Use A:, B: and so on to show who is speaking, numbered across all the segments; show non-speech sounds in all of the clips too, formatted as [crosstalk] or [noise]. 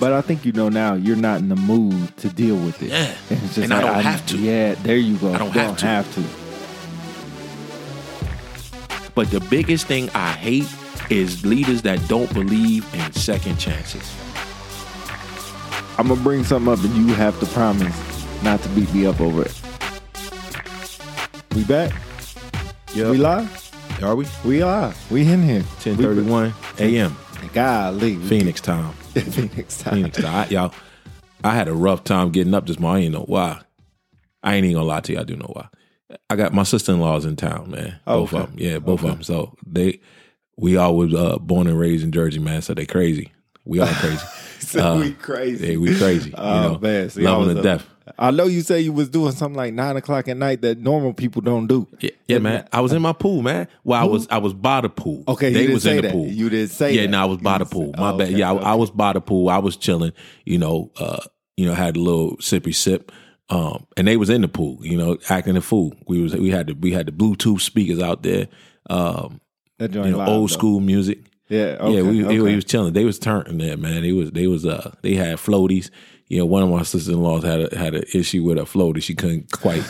A: But I think you know now you're not in the mood to deal with it.
B: Yeah.
A: And, it's just
B: And I
A: like,
B: don't have to.
A: Yeah, there you go.
B: I don't
A: You
B: have to. But the biggest thing I hate is leaders that don't believe in second chances.
A: I'm gonna bring something up, and you have to promise not to beat me up over it. We back?
B: Yeah.
A: We live?
B: Are we?
A: We are. We in here.
B: Ten thirty one a.m.
A: We- Golly, we-
B: Phoenix
A: [laughs]
B: time.
A: Phoenix time.
B: Phoenix time. I, y'all, I had a rough time getting up this morning. I ain't know why. I ain't even gonna lie to you. I do know why. I got my sister in laws in town, man.
A: Oh,
B: both
A: okay.
B: of them. Yeah, both of them. So they, we all was uh, born and raised in Jersey, man. So they crazy. We all crazy.
A: [laughs] So
B: Uh,
A: we crazy.
B: yeah, we crazy.
A: Oh
B: you know,
A: man, See, I
B: loving
A: was
B: to
A: up-
B: death.
A: I know you say you was doing something like nine o'clock at night that normal people don't do.
B: Yeah, yeah, man. I was in my pool, man. Well, I was I was by the pool.
A: Okay, you
B: they
A: didn't
B: was in
A: say
B: the
A: that.
B: pool.
A: You didn't say
B: Yeah,
A: that.
B: no, I was
A: You
B: by the
A: didn't say-
B: pool. My
A: oh,
B: bad.
A: okay,
B: yeah, I, I
A: okay.
B: was by the pool. I was chilling. You know, uh, you know, had a little sippy sip. Um, and they was in the pool. You know, acting a fool. We was we had the we had the Bluetooth speakers out there. Um,
A: That joint
B: you know,
A: live,
B: old
A: though.
B: school music.
A: Yeah, okay,
B: yeah, we, they-
A: okay.
B: we was chilling. They was turning there, man. They was they was uh they had floaties. You know, one of my sisters in laws had a, had an issue with a floaty. She couldn't quite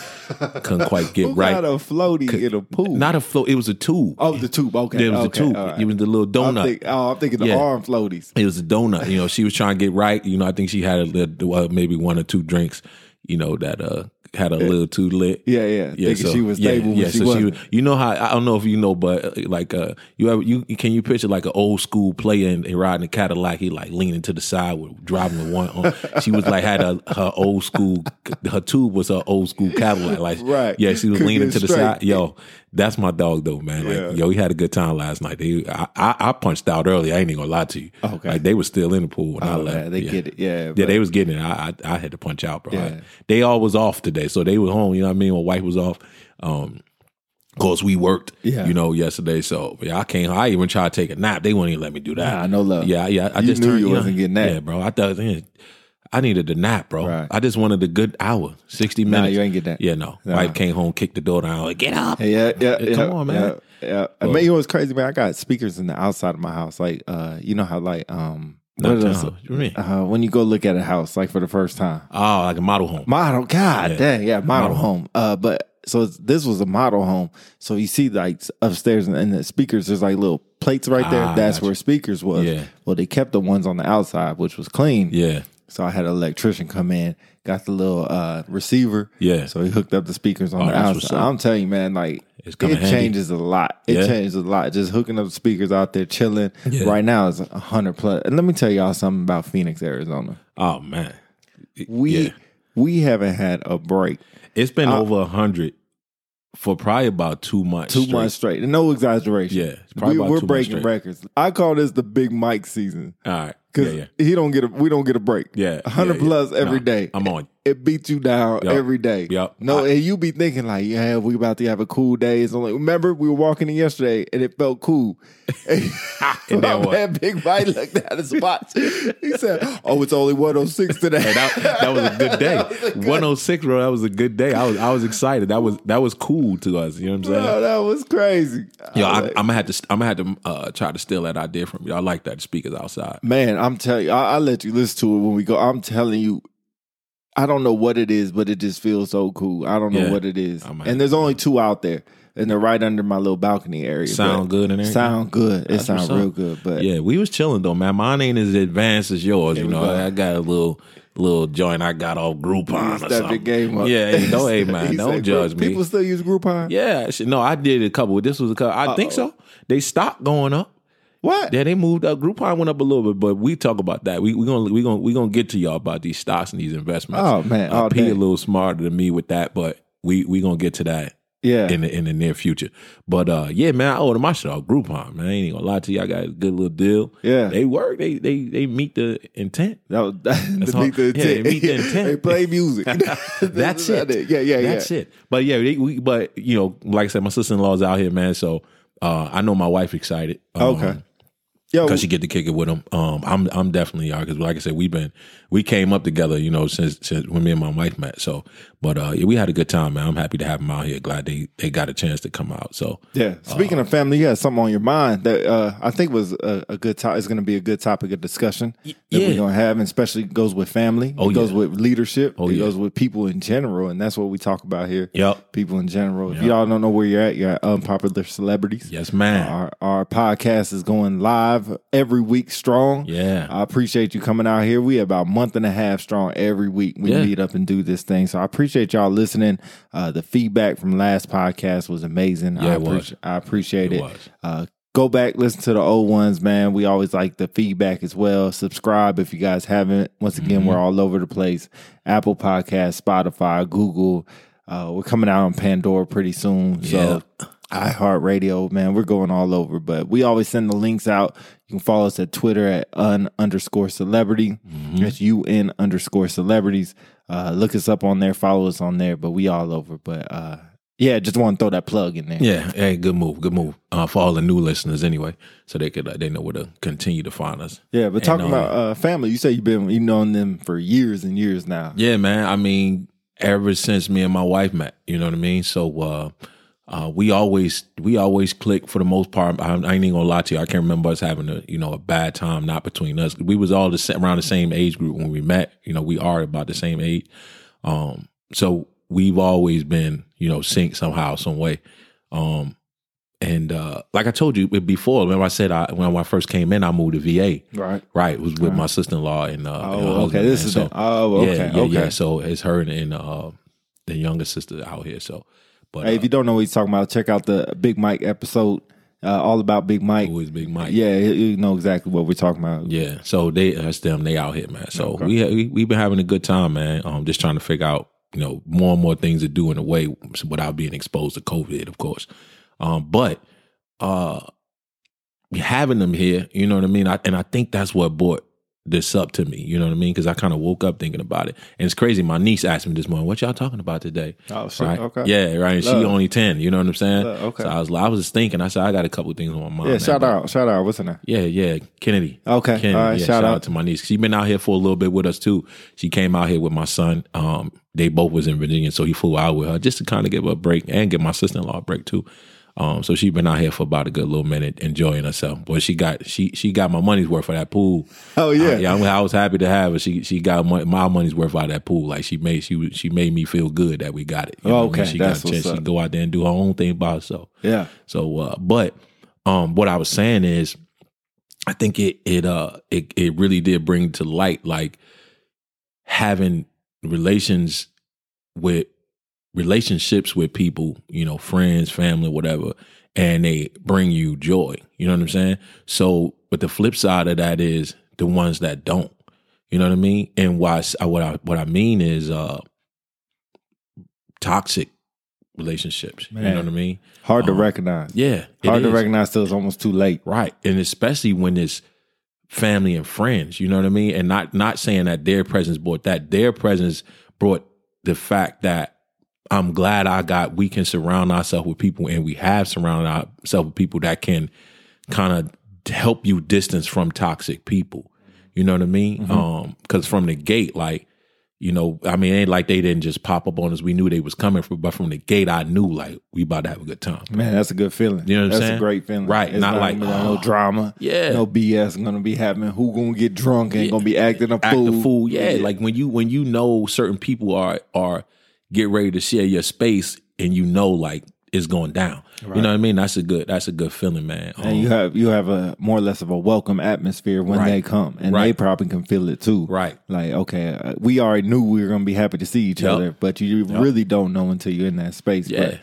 A: [laughs]
B: couldn't quite get
A: Who
B: right.
A: got a floaty in a pool?
B: Not a float. It was a tube.
A: oh, the tube. Okay,
B: It was
A: okay,
B: a tube.
A: all right.
B: It was the little
A: I'm
B: donut.
A: think- oh, I'm thinking the
B: Yeah.
A: arm floaties.
B: it was a donut. You know, she was trying to get right. You know, I think she had a little, uh, maybe one or two drinks. You know, that uh had a little too lit.
A: Yeah, yeah.
B: Yeah,
A: thinking
B: so,
A: she was
B: yeah,
A: stable,
B: yeah,
A: but she
B: so
A: wasn't.
B: was- You know how I don't know if you know, but uh, like uh, you ever you can you picture like an old school player and riding a Cadillac? He like leaning to the side with driving the
A: [laughs]
B: one. on. She was like had a, her old school her tube was her old school Cadillac. Like
A: Right.
B: yeah, she was
A: Couldn't
B: leaning
A: get
B: to the
A: straight.
B: side. Yo, that's my dog though, man. Like
A: Yeah.
B: yo, he had a good time last night. They, I, I I punched out early. I ain't even gonna lie to you.
A: Okay.
B: like they was still in the pool when I
A: Oh,
B: left.
A: man, they
B: Yeah.
A: get it. Yeah,
B: Yeah,
A: but-
B: they was getting it. I, I I had to punch out, bro. I-
A: Yeah.
B: they all was off today, so they were home. You know what I mean? My wife was off. Um, of course we worked.
A: Yeah.
B: you know yesterday. So yeah, I can't. I even tried to take a nap. They wouldn't even let me do that.
A: Nah, no love.
B: Yeah, yeah. I
A: You
B: just
A: knew
B: turned,
A: you
B: know,
A: wasn't getting that.
B: Yeah, bro. I thought man, I needed a nap, bro.
A: Right.
B: I just wanted a good hour, sixty
A: Nah,
B: minutes.
A: you ain't get that.
B: Yeah, no.
A: Nah.
B: Wife came home, kicked the door down, like get up.
A: Yeah, yeah,
B: Hey,
A: yeah,
B: come on, man.
A: Yeah, yeah. I mean, you know what's crazy, man? I got speakers in the outside of my house. Like, uh, you know how, like, um,
B: Not
A: what are those-
B: town. What you mean?
A: uh, when you go look at a house, like for the first time,
B: Oh, like a model home.
A: model, god
B: Yeah.
A: dang, yeah, model,
B: Model
A: home. Uh, but so it's- this was a model home. So you see, like upstairs and, and the speakers, there's like little plates right there.
B: Ah,
A: That's
B: gotcha.
A: where speakers was.
B: Yeah.
A: Well, they kept the ones on the outside, which was clean.
B: yeah,
A: So I had an electrician come in, got the little uh, receiver.
B: Yeah.
A: So he hooked up the speakers on
B: Oh,
A: the
B: that's what's
A: outside.
B: up.
A: I'm telling you, man, like
B: It's
A: it
B: kinda handy.
A: changes a lot. It
B: Yeah.
A: changes a lot. Just hooking up the speakers out there, chilling.
B: Yeah.
A: Right now is hundred plus. And let me tell y'all something about Phoenix, Arizona.
B: Oh man,
A: We
B: Yeah.
A: we haven't had a break
B: it's been
A: Uh,
B: over a hundred for probably about two months.
A: two
B: straight.
A: months straight. No exaggeration.
B: Yeah, it's probably
A: we,
B: about
A: we're
B: two months
A: breaking
B: straight.
A: records. I call this the Big Mike season
B: All right. Yeah,
A: because
B: yeah.
A: he don't get a we don't get a break.
B: Yeah.
A: A hundred
B: yeah, yeah.
A: plus every
B: Nah,
A: day.
B: I'm on.
A: [laughs] it beats you down
B: Yup.
A: every day.
B: Yup.
A: No,
B: I-
A: and you be thinking like, yeah, we about to have a cool day. It's only remember we were walking in yesterday and it felt cool. and
B: And
A: my
B: then what?
A: man Big Mike looked at his watch. He said, "Oh, it's only one oh six today."
B: Hey, that, that was a good day. 106, bro. That was a good day. I was I was excited. That was that was cool to us. You know what I'm
A: [laughs]
B: saying?
A: [laughs] Bro, that was crazy.
B: Yo,
A: I
B: I,
A: was like,
B: I'm gonna have to. I'm gonna have to uh, try to steal that idea from you. I like that speakers outside.
A: man, I'm telling you, I, I let you listen to it when we go. I'm telling you. I don't know what it is, but it just feels so cool. I don't know
B: Yeah. Oh,
A: what it is.
B: I'm
A: And there's only two out there, and they're right under my little balcony area. but-
B: Sound good and everything?
A: Sound good. It
B: That's
A: sound
B: what's up.
A: real good. But
B: Yeah, we was chilling though, man. Mine ain't as advanced as yours. You
A: we
B: know,
A: go.
B: I got a little little joint I got off Groupon or
A: Step your
B: something.
A: game up. [laughs]
B: Yeah, hey, no, hey man,
A: He
B: don't
A: said,
B: judge
A: "Group-
B: me.
A: People still use Groupon.
B: yeah, shit, no, I did a couple. This was a couple. I think so. They stopped going up.
A: What?
B: Yeah, they moved up. Groupon went up a little bit, but we talk about that. We we gonna we gonna we gonna get to y'all about these stocks and these investments.
A: Oh, man, all
B: uh, P
A: day.
B: a little smarter than me with that, but we we gonna get to that
A: Yeah.
B: in the in the near future. But uh, yeah, man, I ordered my shit off Groupon. Man, I ain't gonna lie to you, I got a good little deal.
A: Yeah.
B: they work. They they they meet the intent.
A: that was [laughs] that's
B: all-
A: meet the
B: yeah,
A: intent.
B: they
A: [laughs]
B: meet the intent.
A: they play music.
B: [laughs]
A: [laughs]
B: That's
A: about
B: it.
A: Yeah, yeah, yeah.
B: That's it. But yeah, they, we, but you know, like I said, my sister in law's out here, man. So uh, I know my wife excited. Um,
A: Okay. Oh. Yo,
B: because you get to kick it with him. Um, I'm I'm definitely y'all because like I said, we've been we came up together, you know, since since when me and my wife met. So, but uh, yeah, we had a good time, man. I'm happy to have them out here. Glad they they got a chance to come out. So
A: Yeah. Speaking
B: Uh.
A: of family, you got something on your mind that uh, I think was a, a good topic. It's going to be a good topic of discussion that
B: yeah.
A: we're going to have, and especially goes with family.
B: Oh,
A: it goes
B: yeah.
A: with leadership.
B: Oh,
A: it
B: yeah.
A: goes with people in general, and that's what we talk about here.
B: Yep.
A: People in general. If y'all don't know where you're at, you're at unpopular celebrities.
B: yes, man.
A: Our our podcast is going live every week strong.
B: Yeah.
A: I appreciate you coming out here. We about a month and a half strong every week. We
B: Yeah.
A: meet up and do this thing. So I appreciate y'all listening. Uh, the feedback from last podcast was amazing. I,
B: Yeah, it was.
A: appreci- I appreciate
B: It
A: it.
B: was.
A: Uh, go back, listen to the old ones, man. We always like the feedback as well. Subscribe if you guys haven't. Once again, we're all over the place Apple Podcasts, Spotify, Google. Uh, we're coming out on Pandora pretty soon. So iHeartRadio, man, we're going all over. But we always send the links out. You can follow us at Twitter at un underscore celebrity.
B: Mm-hmm.
A: That's un underscore celebrities. Uh, look us up on there, follow us on there. But we all over. But uh, yeah, just want to throw that plug in there.
B: Yeah, hey, good move, good move. Uh, for all the new listeners, anyway, so they could uh, they know where to continue to find us.
A: Yeah, but
B: And,
A: talking
B: um,
A: about uh, family, you say you've been you known them for years and years now.
B: Yeah, man. I mean, ever since me and my wife met, you know what I mean. So uh, uh, we always we always click for the most part. I, I ain't even gonna lie to you. I can't remember us having a you know a bad time. Not between us. We was all the sa- around the same age group when we met. You know, we are about the same age. Um, so we've always been you know synced somehow, some way. Um, and uh, like I told you before, remember I said I, when I first came in, I moved to VA.
A: Right.
B: Right, it was with my sister in law and uh, and her
A: Oh, okay.
B: husband,
A: This
B: man.
A: is
B: So-
A: the, oh, okay,
B: yeah, yeah,
A: okay.
B: yeah. So it's her and, and uh, the younger sister out here. So, but
A: Hey,
B: uh,
A: if you don't know what he's talking about, check out the Big Mike episode, uh, all about Big Mike.
B: who is Big Mike?
A: Yeah, you you know exactly what we're talking about.
B: yeah. So they that's them. They out here, man. So we we we've been having a good time, man. Um, just trying to figure out you know more and more things to do in a way without being exposed to COVID, of course. Um, but uh, having them here, you know what I mean. I, and I think that's what brought this up to me. You know what I mean? Because I kind of woke up thinking about it, and it's crazy. My niece asked me this morning, "What y'all talking about today?"
A: Oh, shit.
B: Right.
A: Okay.
B: Yeah, right. And she
A: Love.
B: only ten. You know what I'm saying?
A: Love, Uh, okay.
B: So I was, I was just thinking. I said I got a couple things on my mind.
A: Yeah,
B: man,
A: shout
B: but-
A: out. Shout out. What's in there?
B: Yeah, yeah, Kennedy.
A: Okay.
B: Kennedy.
A: All right, shout
B: yeah, shout,
A: out.
B: out to my niece. She been out here for a little bit with us too. She came out here with my son. Um, they both was in Virginia, so he flew out with her just to kind of give her a break and give my sister in law a break too. Um, so she been out here for about a good little minute, enjoying herself. But she got she she got my money's worth for that pool.
A: Oh,
B: I-
A: yeah.
B: Ah, yeah, I'm- I was happy to have her. She she got my, my money's worth out of that pool. Like she made she was- she made me feel good that we got it. You what I mean?
A: Okay,
B: she
A: that's
B: got a
A: what's
B: chance. She
A: up.
B: can go out there and do her own thing by herself.
A: Yeah.
B: So, uh, but um, what I was saying is, I think it it uh it it really did bring to light like having relations with relationships with people, you know, friends, family, whatever, and they bring you joy. You know what I'm saying? So, but the flip side of that is the ones that don't. You know what I mean? And why? I- What I what I mean is uh toxic relationships. You
A: Man.
B: know what I mean?
A: Hard to recognize.
B: Yeah, Uh-huh. it
A: Hard to
B: is.
A: recognize till it's almost too late.
B: Right, and especially when it's family and friends. You know what I mean? And not not saying that their presence brought that. Their presence brought the fact that I'm glad I got. We can surround ourselves with people, and we have surrounded ourselves with people that can kind of help you distance from toxic people. You know what I mean?
A: Mm-hmm.
B: Um, because from the gate, like you know, I mean, it ain't like they didn't just pop up on us. We knew they was coming, from, but from the gate, I knew like we about to have a good time.
A: Man, that's a good feeling.
B: You know what I'm
A: that's
B: saying?
A: a great feeling.
B: Right,
A: It's
B: not
A: gonna
B: like, oh,
A: be no drama.
B: Yeah.
A: No BS I'm gonna be happening. Who gonna get drunk and gonna be acting a
B: act
A: fool.
B: the fool. Yeah, like when you when you know certain people are are get ready to share your space, and you know like it's going down. You know what I mean? That's a good that's a good feeling, man. Um,
A: And you have you have a more or less of a welcome atmosphere when
B: Right.
A: they come, and they
B: Right.
A: probably can feel it too.
B: Right.
A: Like, okay, uh, we already knew we were gonna be happy to see each
B: Yup.
A: other, but you really don't know until you're in that space.
B: Yeah.
A: But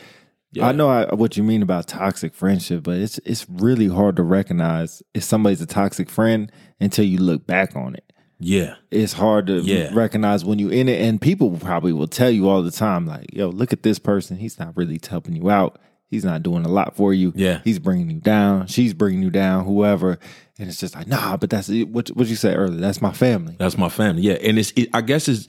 B: Yeah.
A: I know I, what you mean about toxic friendship, but it's it's really hard to recognize if somebody's a toxic friend until you look back on it
B: yeah,
A: it's hard to
B: Yeah.
A: recognize when you're in it. And people probably will tell you all the time, like, yo, look at this person. He's not really helping you out. He's not doing a lot for you.
B: Yeah.
A: He's bringing you down. She's bringing you down, whoever. And it's just like, nah, but that's what, what you said earlier. That's my family.
B: that's my family. Yeah, and it's it, I guess it's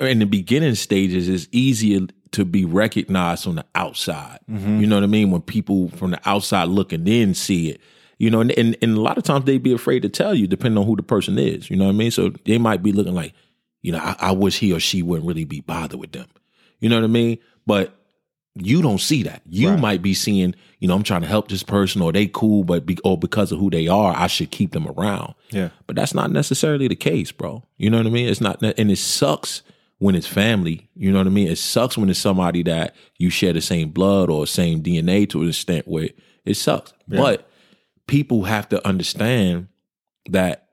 B: in the beginning stages. It's easier to be recognized on the outside. You know what I mean? When people from the outside looking in see it. You know, and, and, and a lot of times they'd be afraid to tell you, depending on who the person is. You know what I mean? So they might be looking like, you know, I, I wish he or she wouldn't really be bothered with them. You know what I mean? But you don't see that. You
A: Right.
B: might be seeing, you know, I'm trying to help this person or they cool, but be, or because of who they are, I should keep them around.
A: Yeah.
B: But that's not necessarily the case, bro. You know what I mean? It's not, and it sucks when it's family. You know what I mean? It sucks when it's somebody that you share the same blood or same DNA to an extent with. It sucks. But people have to understand that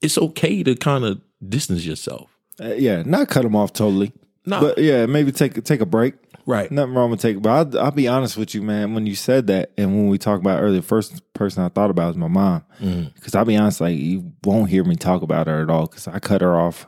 B: it's okay to kind of distance yourself.
A: Uh, yeah, not cut them off totally.
B: No.
A: But yeah, maybe take take a break.
B: Right.
A: Nothing wrong with taking. But I'll, I'll be honest with you, man. When you said that, and when we talked about earlier, first person I thought about was my mom.
B: Mm-hmm.
A: Because I'll be honest, like you won't hear me talk about her at all. Because I cut her off.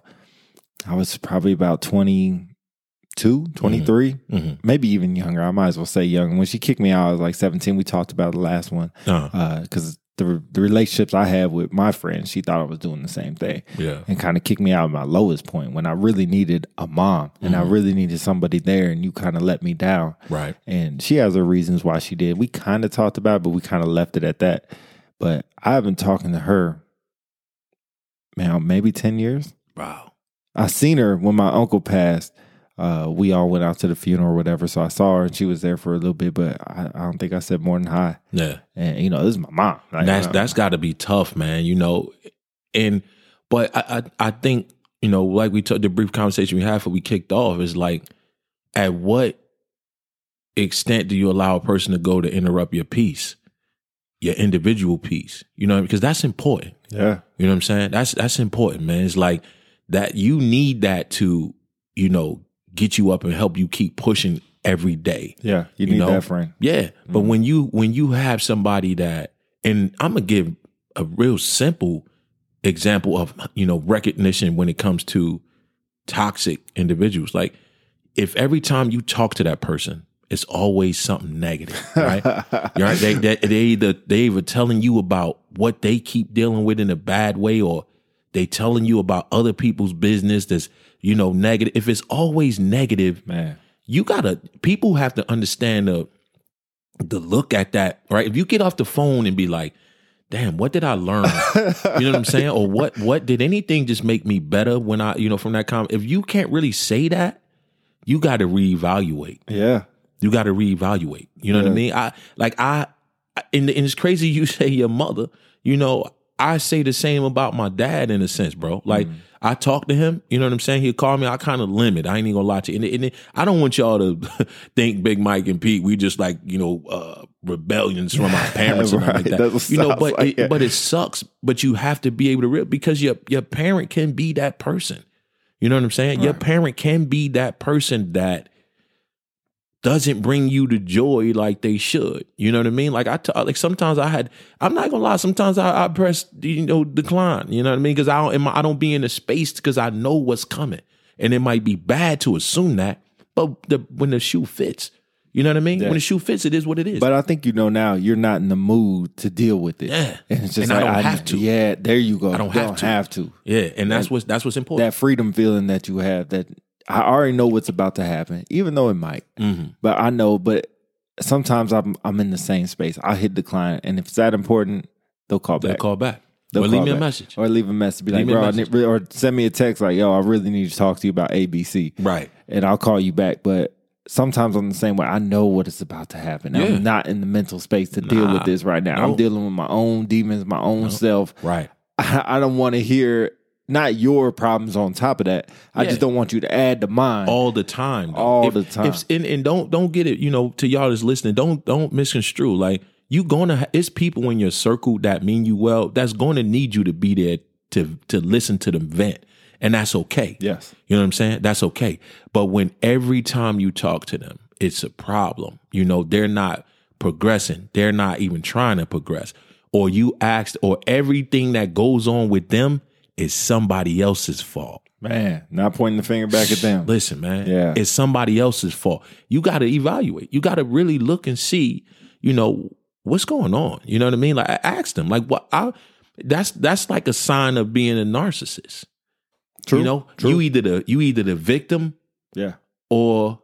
A: I was probably about 22, 23,
B: Mhm.
A: maybe even younger. I might as well say young. When she kicked me out, I was like seventeen. We talked about the last one
B: Uh,
A: because the the relationships I had with my friends, she thought I was doing the same thing
B: yeah.
A: and kind of kicked me out of my lowest point when I really needed a mom and I really needed somebody there, and you kind of let me down.
B: Right.
A: And she has her reasons why she did. We kind of talked about it, but we kind of left it at that. But I've been talking to her, man, maybe 10 years.
B: Wow.
A: I seen her when my uncle passed. Uh, we all went out to the funeral or whatever. So I saw her and she was there for a little bit, but I, I don't think I said more than hi.
B: Yeah.
A: And, you know, this is my mom. Like,
B: that's
A: uh,
B: that's got to be tough, man. You know, and but I I, I think you know, like we took the brief conversation we had before we kicked off is like, at what extent do you allow a person to go to interrupt your peace, your individual peace? You know, because that's important.
A: Yeah.
B: You know what I'm saying? That's that's important, man. It's like that you need that to you know get you up and help you keep pushing every day.
A: Yeah. You
B: You
A: need
B: know?
A: that
B: [laughs]
A: friend.
B: Yeah, but when you when you have somebody that, and I'm gonna give a real simple example of you know recognition when it comes to toxic individuals. Like if every time you talk to that person, it's always something negative, right? You know, they, they they either they either telling you about what they keep dealing with in a bad way, or they telling you about other people's business that's you know negative. If it's always negative,
A: Man.
B: you gotta people have to understand the the look at that right if you get off the phone and be like damn what did i learn you know what i'm saying or what what did anything just make me better when i you know from that comment if you can't really say that you gotta reevaluate
A: [laughs] Yeah.
B: you gotta reevaluate you know what
A: Yeah.
B: i mean i like i I- and, and it's crazy you [laughs] say your mother you know i say the same about my dad in a sense bro
A: Mm.
B: like i talk to him you know what i'm saying he'll call me i kind of limit i ain't even gonna lie to you and, it- and it- i don't want y'all to [laughs] think big mike and pete we just like you know uh rebellions
A: [laughs]
B: from our parents and
A: Right,
B: right. like
A: that's
B: that
A: what
B: you know
A: sounds
B: but
A: like
B: it,
A: it.
B: but it sucks but you have to be able to real because your your parent can be that person you know what i'm saying your parent can be that person that doesn't bring you the joy like they should. You know what I mean? Like I t- like sometimes I had I'm not gonna lie. Sometimes I, I press you know decline. You know what I mean? Because I don't in my, I don't be in the space because I know what's coming, and it might be bad to assume that. But the when the shoe fits, you know what I mean?
A: Yeah.
B: When the shoe fits, it is what it is.
A: But I think you know now you're not in the mood to deal with it.
B: Yeah.
A: And it's just
B: And I
A: like
B: don't have to.
A: Yeah, there you go. I
B: don't
A: you
B: have
A: don't
B: to.
A: have to.
B: yeah, and that's what's that's what's important.
A: That freedom feeling that you have that I already know what's about to happen, even though it might.
B: Mhm.
A: But I know, but sometimes I'm I'm in the same space. I hit decline and if it's that important, they'll call
B: They'll
A: back.
B: call back.
A: They'll
B: or leave
A: call
B: me a
A: back.
B: message.
A: Or leave a message. Be like,
B: me a
A: bro, I
B: message.
A: need- or send me a text like, yo, I really need to talk to you about ABC
B: Right.
A: and I'll call you back. But sometimes I'm the same way. I know what is about to happen.
B: Yeah.
A: I'm not in the mental space to deal with this right now. I'm
B: No.
A: dealing with my own demons, my own self.
B: Right.
A: I, [laughs] I don't want to hear not your problems on top of that. I
B: Yeah. Oh.
A: just don't want you to add to mine.
B: all the time. though.
A: All
B: If-
A: the time.
B: if- and, and don't don't get it. You know, to y'all that's listening, don't don't misconstrue. Like you gonna, ha- it's people in your circle that mean you well. That's going to need you to be there to to listen to them vent, and that's okay.
A: yes.
B: You know what I'm saying? That's okay. But when every time you talk to them, it's a problem. You know, they're not progressing. They're not even trying to progress. Or you asked, or everything that goes on with them is somebody else's fault.
A: Man, not pointing the finger back at them.
B: Listen, man.
A: Yeah.
B: It's somebody else's fault. You got to evaluate. You got to really look and see, you know, what's going on. You know what I mean? Like I asked them, like what I that's that's like a sign of being a narcissist.
A: True.
B: You know,
A: True.
B: you either the you either the victim
A: yeah.
B: or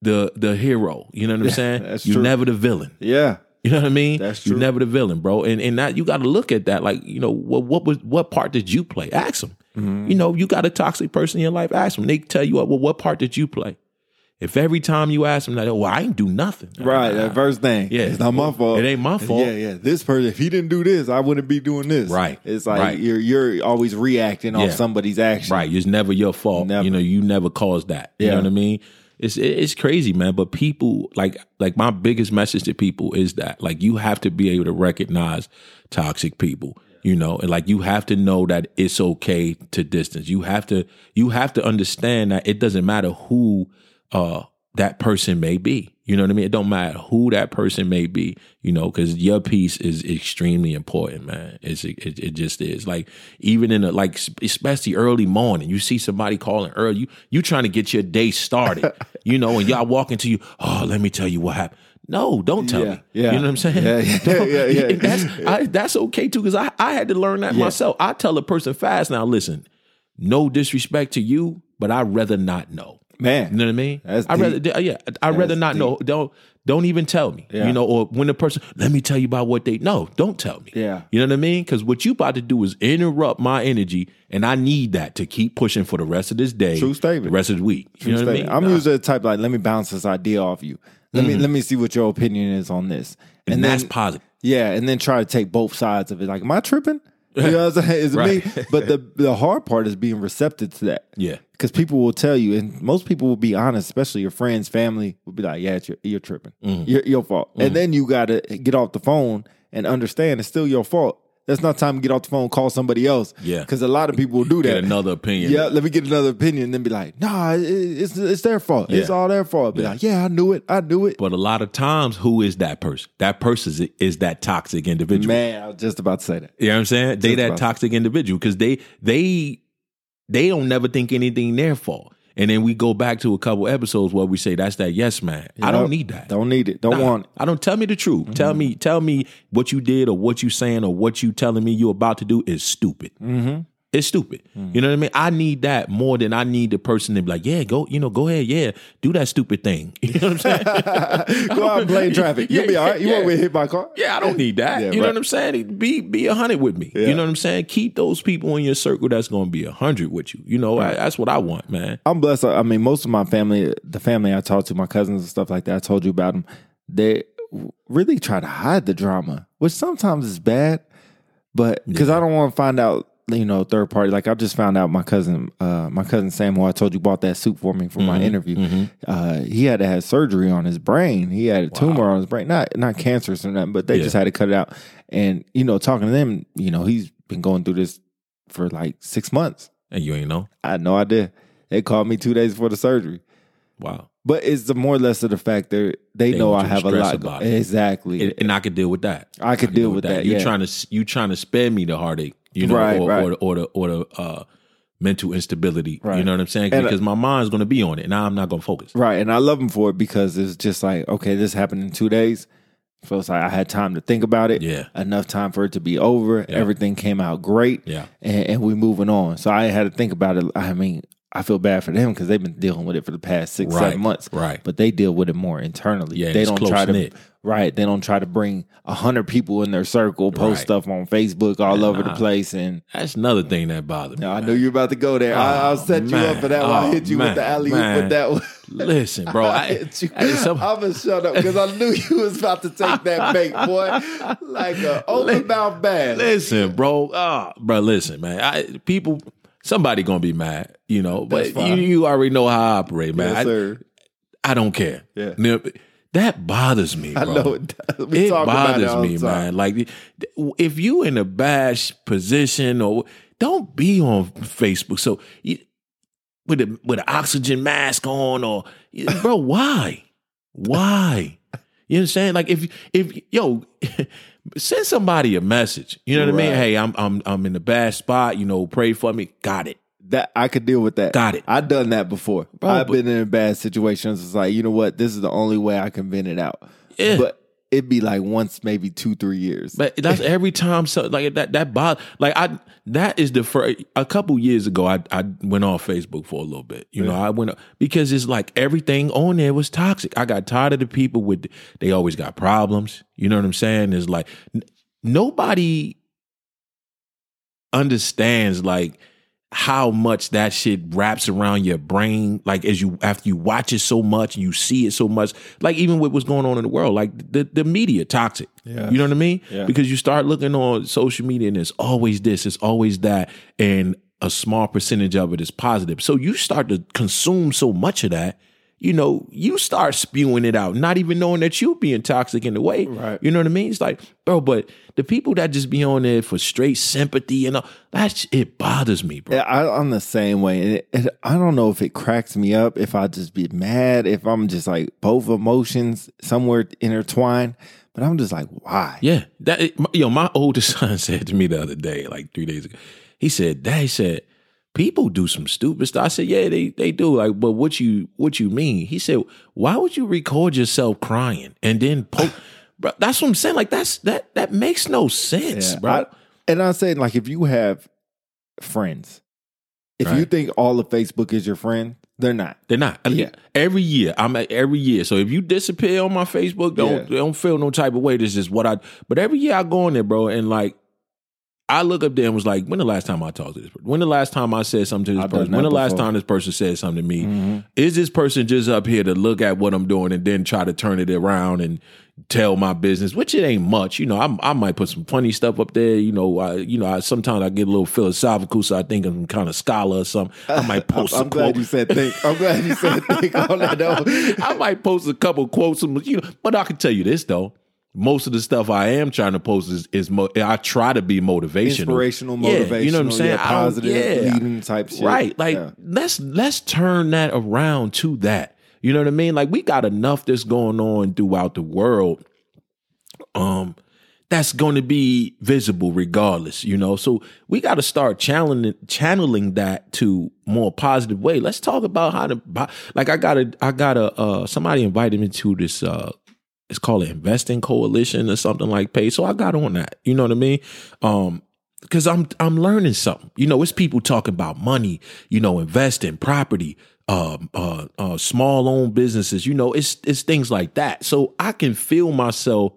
B: the the hero. You know what I'm saying?
A: that's
B: You're
A: true.
B: never the villain.
A: Yeah.
B: You know what I mean?
A: That's
B: You're
A: true.
B: never the villain, bro. And and that you got to look at that. Like you know what what was what part did you play? Ask them. You know you got a toxic person in your life. Ask them. They tell you well, what part did you play? If every time you ask them that, oh, well, I didn't do nothing.
A: Right, that first thing.
B: Yeah.
A: it's not my fault.
B: It ain't my fault.
A: Yeah, yeah. This person, if he didn't do this, I wouldn't be doing this.
B: Right,
A: It's like
B: right.
A: you're you're always reacting
B: Yeah.
A: off somebody's action.
B: Right. It's never your fault.
A: Never.
B: You know, you never caused that. You know
A: Yeah.
B: what I mean? It's it- it's crazy, man. But people like like my biggest message to people is that like you have to be able to recognize toxic people. You know, and like you have to know that it's okay to distance. You have to you have to understand that it doesn't matter who uh that person may be. You know what I mean? It don't matter who that person may be, you know, because your piece is extremely important, man. It's it, it just is like even in a like especially early morning, you see somebody calling early. You you trying to get your
A: [laughs]
B: day started, you know, and y'all walking to you. Oh, let me tell you what happened. No, don't tell
A: Yeah,
B: me.
A: yeah.
B: you know what I'm saying?
A: Yeah, yeah,
B: [laughs] Don't-
A: yeah, yeah.
B: and That's I, that's okay too, because I I had to learn that myself. I tell a person fast now. Listen, no disrespect to you, but I'd rather not know.
A: man.
B: You know what I mean?
A: That's
B: I rather uh,
A: deep.
B: yeah. I would rather
A: That's
B: not know. Don't don't even tell me.
A: Yeah.
B: You know, or when the person let me tell you about what they no, don't tell me.
A: Yeah.
B: You know what I mean? Because what you about to do is interrupt my energy, and I need that to keep pushing for the rest of this day,
A: True statement.
B: the rest of the week. You know what I mean?
A: am usually the type like, let me bounce this idea off you. Let me let me see what your opinion is on this, and,
B: and
A: then
B: that's positive.
A: yeah, and then try to take both sides of it. Like, am I tripping? You know what I'm
B: [laughs]
A: saying? Is it me?
B: Right.
A: But the the hard part is being receptive to that.
B: Yeah.
A: because people will tell you, and most people will be honest, especially your friends, family will be like, "Yeah, it's your, you're tripping,
B: Mm-hmm.
A: your, your fault." And then you gotta get off the phone and understand it's still your fault. That's not time to get off the phone, call somebody else.
B: Yeah.
A: because a lot of people will do that.
B: Get another opinion.
A: Yeah, let me get another opinion. And then be like, nah, it, it's it's their fault. It's
B: Yeah.
A: all their fault. Be like, yeah, I knew it. I knew it.
B: But a lot of times, who is that person? That person is, is that toxic individual.
A: Man, I was just about to say that.
B: You know what I'm saying? They
A: Just
B: that
A: about.
B: toxic individual because they they they don't never think anything their fault. And then we go back to a couple episodes where we say that's that yes man. I don't need that.
A: Don't need it. Don't
B: Nah,
A: want it.
B: I don't tell me the truth. Tell me tell me what you did or what you saying or what you telling me you about to do is stupid. It's stupid. You know what I mean? I need that more than I need the person to be like, yeah, go, you know, go ahead, yeah, do that stupid thing. [laughs] You know what I'm saying?
A: [laughs] Go out and blame traffic. You'll
B: Yeah,
A: be all right. You
B: yeah,
A: won't
B: yeah.
A: get hit by a car.
B: Yeah, I don't need that.
A: Yeah,
B: you know
A: right.
B: what I'm saying? Be be a hundred with me.
A: Yeah.
B: You know what I'm saying? Keep those people in your circle that's going to be a hundred with you. You know, I, that's what I want, man.
A: I'm blessed. I mean, most of my family, the family I talk to, my cousins and stuff like that, I told you about them. They really try to hide the drama, which sometimes is bad, but because I don't want to find out, you know, third party. Like I just found out my cousin, uh, my cousin Sam, who I told you bought that soup for me for my interview. Uh, he had to have surgery on his brain. He had a tumor on his brain, not not cancerous or nothing, but they
B: Yeah.
A: just had to cut it out. And you know, talking to them, you know, he's been going through this for like six months.
B: And you ain't know.
A: I had no idea. They called me two days before the surgery.
B: Wow.
A: But it's the more or less of the fact that they,
B: They
A: know I
B: want you to
A: have a
B: stress
A: lot.
B: about
A: Go-
B: it.
A: exactly.
B: And, and I could deal with that.
A: I could deal with that,
B: You
A: yeah.
B: trying to you trying to spare me the heartache, you know,
A: Right,
B: or,
A: right.
B: or or the or the uh, mental instability.
A: Right.
B: You know what I'm saying?
A: And, uh,
B: because my mind's going to be on it, and I'm not going to focus.
A: right. And I love them for it because it's just like, okay, this happened in two days. So it's like I had time to think about it.
B: Yeah.
A: Enough time for it to be over. Everything came out great.
B: Yeah.
A: And, and we moving on. So I had to think about it. I mean, I feel bad for them because they've been dealing with it for the past six,
B: Right,
A: seven months.
B: right.
A: But they deal with it more internally.
B: Yeah,
A: they
B: it's
A: don't try to
B: close-knit.
A: right. They don't try to bring a hundred people in their circle, post
B: Right.
A: stuff on Facebook all over the place, and
B: That's another thing that bothered me.
A: No, I knew you were about to go there. I, I'll set you up for that one. I
B: Oh,
A: hit you
B: man.
A: with the alley oop
B: Man.
A: with that one. [laughs]
B: Listen, bro. I,
A: I hit you.
B: I- some-
A: I'm gonna shut up because I knew you was about to take that bait, boy, like
B: [laughs]
A: a open mouth bass.
B: Listen, bro. Ah, bro, listen, man. I people somebody gonna be mad, you know,
A: That's
B: but you,
A: fine.
B: you already know how I operate, man.
A: Yes, sir.
B: I, I don't care.
A: Yeah.
B: Now, That bothers me, bro.
A: I know it does. [laughs] We
B: It
A: talk about
B: bothers
A: it all the
B: me,
A: time.
B: man. Like th- if you in a bad sh- position or don't be on Facebook. So you, with a with an oxygen mask on or bro, [laughs] why? Why? You know what I'm saying? Like if if yo [laughs] send somebody a message. You know what I mean?
A: Right.
B: Hey, I'm I'm I'm in a bad spot, you know, pray for me. Got it.
A: That I could deal with that.
B: Got it.
A: I've done that before.
B: Bro,
A: I've
B: but-
A: been in bad situations. It's like you know what? This is the only way I can vent it out.
B: Yeah.
A: But it'd be like once, maybe two, three years. [laughs]
B: But that's every time. So like that that bother like I that is the first. A couple years ago, I I went off Facebook for a little bit. You know, I went because it's like everything on there was toxic. I got tired of the people with they always got problems. You know what I'm saying? It's like n- nobody understands like how much that shit wraps around your brain like as you after you watch it so much and you see it so much like even with what's going on in the world like the, the media toxic
A: Yeah.
B: you know what i mean
A: Yeah.
B: because you start looking on social media and it's always this it's always that and a small percentage of it is positive so you start to consume so much of that you know you start spewing it out not even knowing that you're being toxic in a way
A: Right.
B: you know what i mean it's like bro but the people that just be on there for straight sympathy and all that it bothers me bro
A: Yeah, I, I'm the same way. And it, it, I don't know if it cracks me up, if I just be mad, if I'm just like both emotions somewhere intertwined. But I'm just like, why?
B: Yeah, that it- my- yo, my [laughs] oldest son said to me the other day, like three days ago. He said, "Dad," he said, "People do some stupid stuff." I said, "Yeah, they they do." Like, but what you what you mean? He said, "Why would you record yourself crying and then poke?" [laughs] bro, that's what I'm saying. Like, that's that that makes no sense,
A: Yeah,
B: bro.
A: I- and I'm saying, like, if you have friends, if you
B: Right.
A: think all of Facebook is your friend, they're not.
B: They're not. I mean,
A: Yeah.
B: Every year, I'm at every year. So if you disappear on my Facebook, don't
A: Yeah.
B: don't feel no type of way. This is what I. But every year I go on there, bro, and like. I look up there and was like, when the last time I talked to this person? When the last time I said something to this
A: I've done
B: person? When
A: that
B: the last
A: before. Mm-hmm.
B: time this person said something to me? Is this person just up here to look at what I'm doing and then try to turn it around and tell my business, which it ain't much. You know, I'm, I might put some funny stuff up there. You know, I, you know, I, sometimes I get a little philosophical, so I think I'm kind of scholar or something. I
A: [laughs]
B: might post
A: I'm
B: some
A: glad
B: quote.
A: you said think. I'm glad you
B: [laughs]
A: said think on that though.
B: I might post a couple quotes, some- you know, but I can tell you this though. Most of the stuff I am trying to post is, is mo- I try to be motivational,
A: Inspirational,
B: Yeah, you know what I'm
A: motivational,
B: saying?
A: yeah,
B: I don't-
A: positive,
B: yeah.
A: leading type shit.
B: Right. Like
A: Yeah.
B: let's let's turn that around to that. You know what I mean? Like we got enough that's going on throughout the world. Um that's going to be visible regardless, you know. So we got to start channeling channeling that to more positive way. Let's talk about how to buy. Like I got a I got a uh somebody invited me to this uh it's called an investing coalition or something like pay. So I got on that. You know what I mean? Um because I'm I'm learning something. You know, it's people talking about money, you know, investing, property, um, uh, uh, small owned businesses. You know, it's it's things like that. So I can feel myself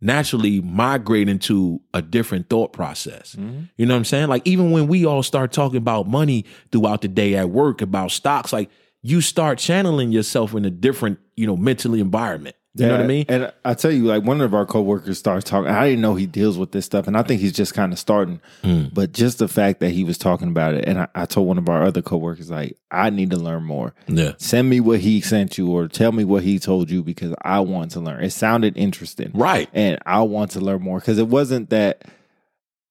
B: naturally migrate into a different thought process. You know what I'm saying? Like even when we all start talking about money throughout the day at work, about stocks, like you start channeling yourself in a different, you know, mentally environment. You know what I
A: Yeah,
B: mean?
A: And I tell you, like one of our coworkers starts talking. I didn't know he deals with this stuff, and I think he's just kind of starting. But just the fact that he was talking about it, and I, I told one of our other coworkers, like, I need to learn more.
B: Mm, Yeah.
A: Send me what he sent you, or tell me what he told you, because I want to learn. It sounded interesting,
B: Right.
A: and I want to learn more because it wasn't that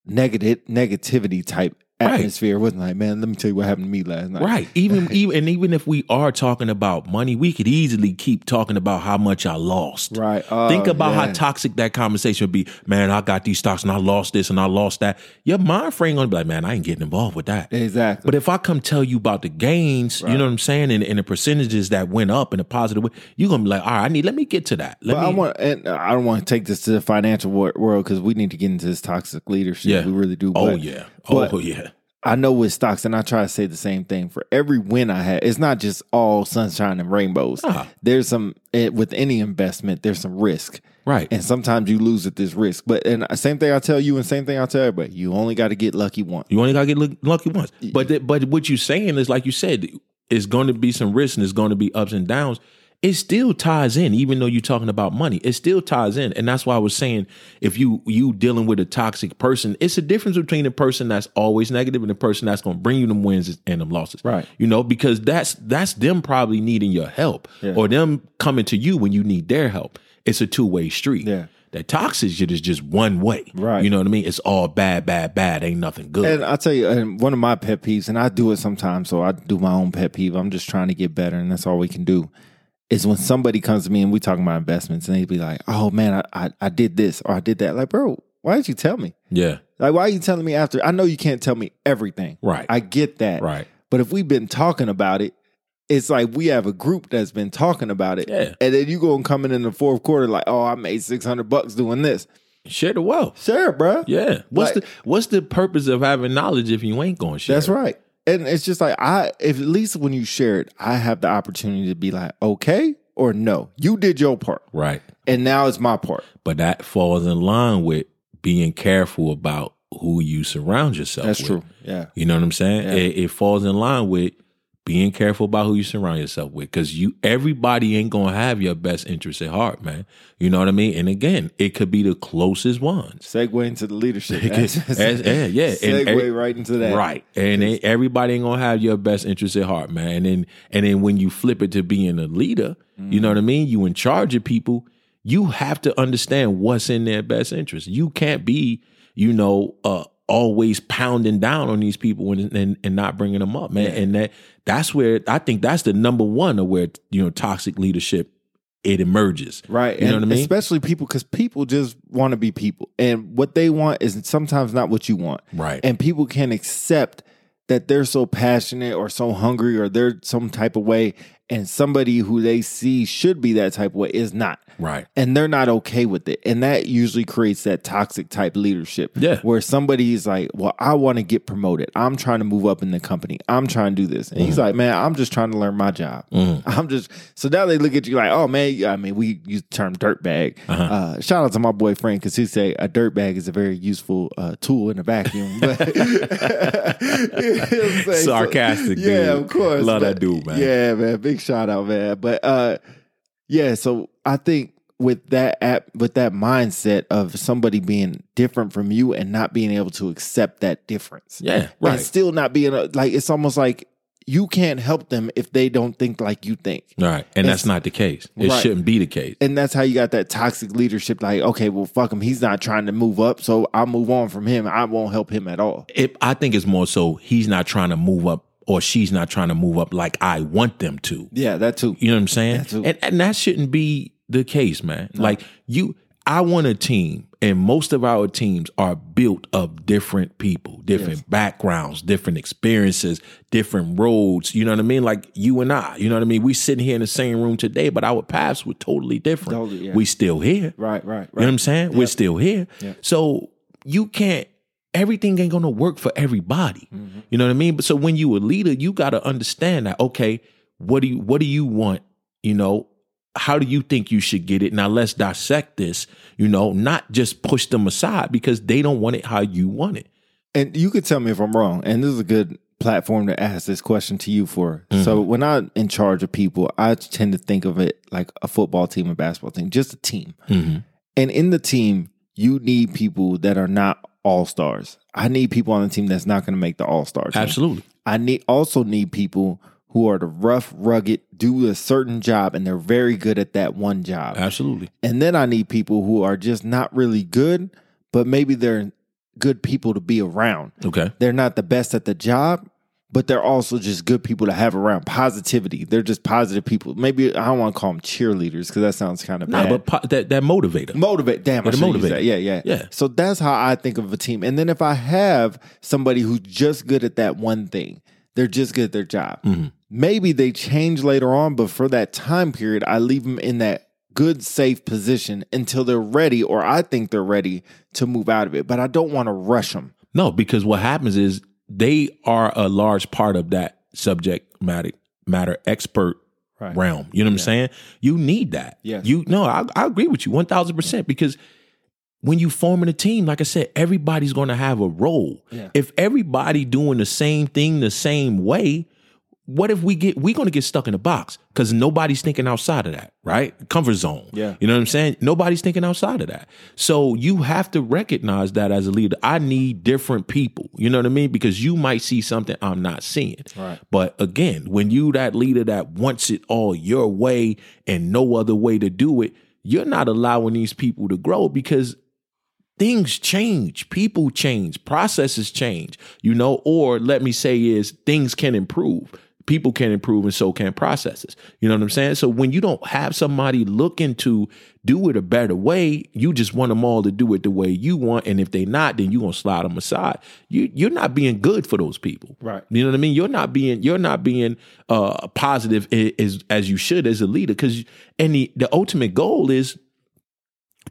A: negative negativity type
B: Right.
A: atmosphere. It wasn't like, man, let me tell you what happened to me last [laughs] night.
B: Right. Even even and even if we are talking about money, we could easily keep talking about how much I lost.
A: right. Oh,
B: Think about
A: yeah.
B: how toxic that conversation would be. Man, I got these stocks and I lost this and I lost that. Your mind frame gonna be like, man, I ain't getting involved with that.
A: exactly.
B: But if I come tell you about the gains, you know what I'm saying, and, and the percentages that went up in a positive way, you're gonna be like, all right, I need. Let me get to that. Let
A: But I
B: me.
A: want, and I don't want to take this to the financial wor- world because we need to get into this toxic leadership.
B: Yeah.
A: We really do.
B: oh
A: But
B: yeah. Oh
A: but-
B: yeah.
A: I know with stocks, and I try to say the same thing for every win I had. It's not just all sunshine and rainbows.
B: Ah.
A: There's some it, with any investment. There's some risk,
B: Right.
A: and sometimes you lose at this risk. But and same thing I tell you, and same thing I tell everybody. You only got to get lucky once.
B: You only gotta get lu- lucky once. But th- but what you're saying is like you said, it's going to be some risks and it's going to be ups and downs. It still ties in, even though you're talking about money. It still ties in, and that's why I was saying if you you dealing with a toxic person, it's a difference between the person that's always negative and the person that's going to bring you them wins and them losses.
A: Right.
B: You know, because that's that's them probably needing your help or them coming to you when you need their help. It's a two way street.
A: Yeah.
B: That toxic shit is just one way.
A: Right.
B: You know what I mean? It's all bad, bad, bad. Ain't nothing good.
A: And I tell you, and one of my pet peeves, and I do it sometimes, so I do my own pet peeve. I'm just trying to get better, and that's all we can do. Is when somebody comes to me and we talking about investments, and they be like, "Oh man, I, I I did this or I did that." Like, bro, why did you tell me?
B: yeah.
A: Like, why are you telling me after? I know you can't tell me everything.
B: Right.
A: I get that.
B: Right.
A: But if we've been talking about it, it's like we have a group that's been talking about it.
B: Yeah.
A: And then you go and coming in the fourth quarter like, oh, I made 600 bucks doing this.
B: Share the wealth.
A: Sure, bruh.
B: Yeah. What's
A: Like-
B: the what's the purpose of having knowledge if you ain't gonna share?
A: That's
B: it?
A: right. And it's just like I if at least when you share it, I have the opportunity to be like, okay or no. You did your part.
B: Right.
A: And now it's my part.
B: But that falls in line with being careful about who you surround yourself
A: That's
B: with.
A: true. Yeah.
B: You know what I'm saying?
A: Yeah.
B: It, it falls in line with being careful about who you surround yourself with because you everybody ain't gonna have your best interest at heart, man. You know what I mean? And again, it could be the closest ones.
A: Segue into the leadership.
B: Because-
A: [laughs]
B: as- yeah, yeah. And-
A: Segue
B: and-
A: right into that.
B: Right. And then everybody ain't gonna have your best interest at heart, man. And then and then when you flip it to being a leader, you know what I mean? You in charge of people, you have to understand what's in their best interest. You can't be, you know, uh always pounding down on these people and and, and not bringing them up, man. And that that's where I think that's the number one of where, you know, toxic leadership it emerges.
A: Right.
B: You know
A: And
B: what I mean?
A: Especially people because people just want to be people. And what they want is sometimes not what you want.
B: Right.
A: And people can't accept that they're so passionate or so hungry or they're some type of way. And somebody who they see should be that type of way is not.
B: Right.
A: And they're not okay with it. And that usually creates that toxic type leadership.
B: Yeah.
A: Where somebody is like, Well, I want to get promoted. I'm trying to move up in the company. I'm trying to do this. And
B: Mm-hmm.
A: he's like, Man, I'm just trying to learn my job. [laughs] I'm just so now they look at you like, oh man, I mean, we use the term dirtbag. uh
B: Uh-huh.
A: shout out to my boyfriend because he say a dirtbag is a very useful uh, tool in a vacuum. [laughs] But
B: [laughs]
A: He'll say so-
B: Sarcastic dude.
A: yeah, of course.
B: Love
A: but-
B: that dude, man.
A: Yeah, man, big shout out, man. But uh, yeah, so I think with that app, with that mindset of somebody being different from you and not being able to accept that difference,
B: Yeah. Right.
A: and still not being a, like it's almost like you can't help them if they don't think like you think.
B: Right. And that's
A: It's-
B: not the case. It
A: Right.
B: shouldn't be the case.
A: And that's how you got that toxic leadership. Like, okay, well, fuck him. He's not trying to move up, so I'll move on from him. I won't help him at all.
B: it, I think it's more so he's not trying to move up or she's not trying to move up like I want them to.
A: Yeah, that too.
B: You know what I'm saying?
A: That's a-
B: And, and that shouldn't be the case, man. Like you, I want a team, and most of our teams are built of different people, different backgrounds, different experiences, different roads. You know what I mean? Like you and I. You know what I mean? We sitting here in the same room today, but our paths were totally different.
A: Totally, yeah.
B: We still here.
A: Right, right,
B: You know
A: right.
B: what I'm saying? We're still here. So you can't, everything ain't gonna work for everybody.
A: Mm-hmm.
B: You know what I mean? But so when you a leader, you gotta understand that, okay, what do you what do you want? You know, how do you think you should get it? Now let's dissect this, you know, not just push them aside because they don't want it how you want it.
A: And you could tell me if I'm wrong. And this is a good platform to ask this question to you for. So when I'm in charge of people, I tend to think of it like a football team, a basketball team, just a team. And in the team, you need people that are not all stars. I need people on the team that's not going to make the all stars.
B: Absolutely.
A: I need also need people who are the rough, rugged, do a certain job, and they're very good at that one job.
B: Absolutely.
A: And then I need people who are just not really good, but maybe they're good people to be around.
B: Okay.
A: They're not the best at the job, but they're also just good people to have around. Positivity. They're just positive people. Maybe I don't want to call them cheerleaders because that sounds kind of
B: Nah,
A: bad.
B: but po- that that motivator.
A: Motivate, damn,
B: But
A: I
B: a
A: should use
B: motivator.
A: that. Yeah, yeah,
B: Yeah.
A: So that's how I think of a team. And then if I have somebody who's just good at that one thing, they're just good at their job.
B: Mm-hmm.
A: Maybe they change later on, but for that time period, I leave them in that good, safe position until they're ready, or I think they're ready to move out of it. But I don't want to rush them.
B: No, because what happens is they are a large part of that subject matter matter expert
A: Right.
B: realm. You know what I'm saying? You need that.
A: Yes.
B: You no, I, I agree with you one thousand percent because when you forming a team, like I said, everybody's going to have a role.
A: Yeah.
B: If everybody doing the same thing the same way, what if we get we're going to get stuck in a box because nobody's thinking outside of that, right? Comfort zone.
A: Yeah.
B: You know what I'm saying? Nobody's thinking outside of that. So you have to recognize that as a leader. I need different people. You know what I mean? Because you might see something I'm not seeing.
A: Right.
B: But again, when you that leader that wants it all your way and no other way to do it, you're not allowing these people to grow because things change, people change, processes change, you know, or let me say is things can improve. people can improve and so can processes. You know what I'm saying? So when you don't have somebody looking to do it a better way, you just want them all to do it the way you want. And if they not, then you're gonna slide them aside. You you're not being good for those people.
A: Right.
B: You know what I mean? You're not being you're not being uh positive i- as as you should as a leader. Cause and the, the ultimate goal is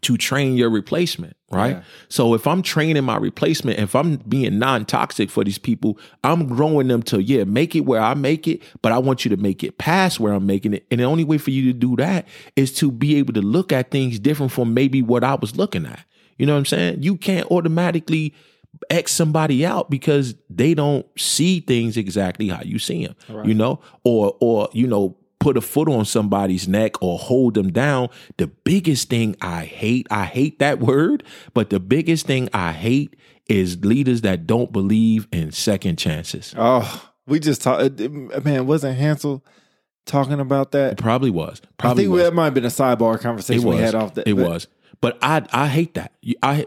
B: to train your replacement, right?
A: Yeah.
B: So if I'm training my replacement, if I'm being non-toxic for these people, I'm growing them to yeah, make it where I make it, but I want you to make it past where I'm making it. And the only way for you to do that is to be able to look at things different from maybe what I was looking at. You know what I'm saying? You can't automatically X somebody out because they don't see things exactly how you see them. You know, or or you know, put a foot on somebody's neck or hold them down. The biggest thing I hate, I hate that word, but the biggest thing I hate is leaders that don't believe in second chances.
A: Oh, we just talked. Man, wasn't Hansel talking about that?
B: Probably was.
A: I
B: Probably
A: think
B: was.
A: that might have been a sidebar conversation we had off that.
B: It was. But I I hate that. You- I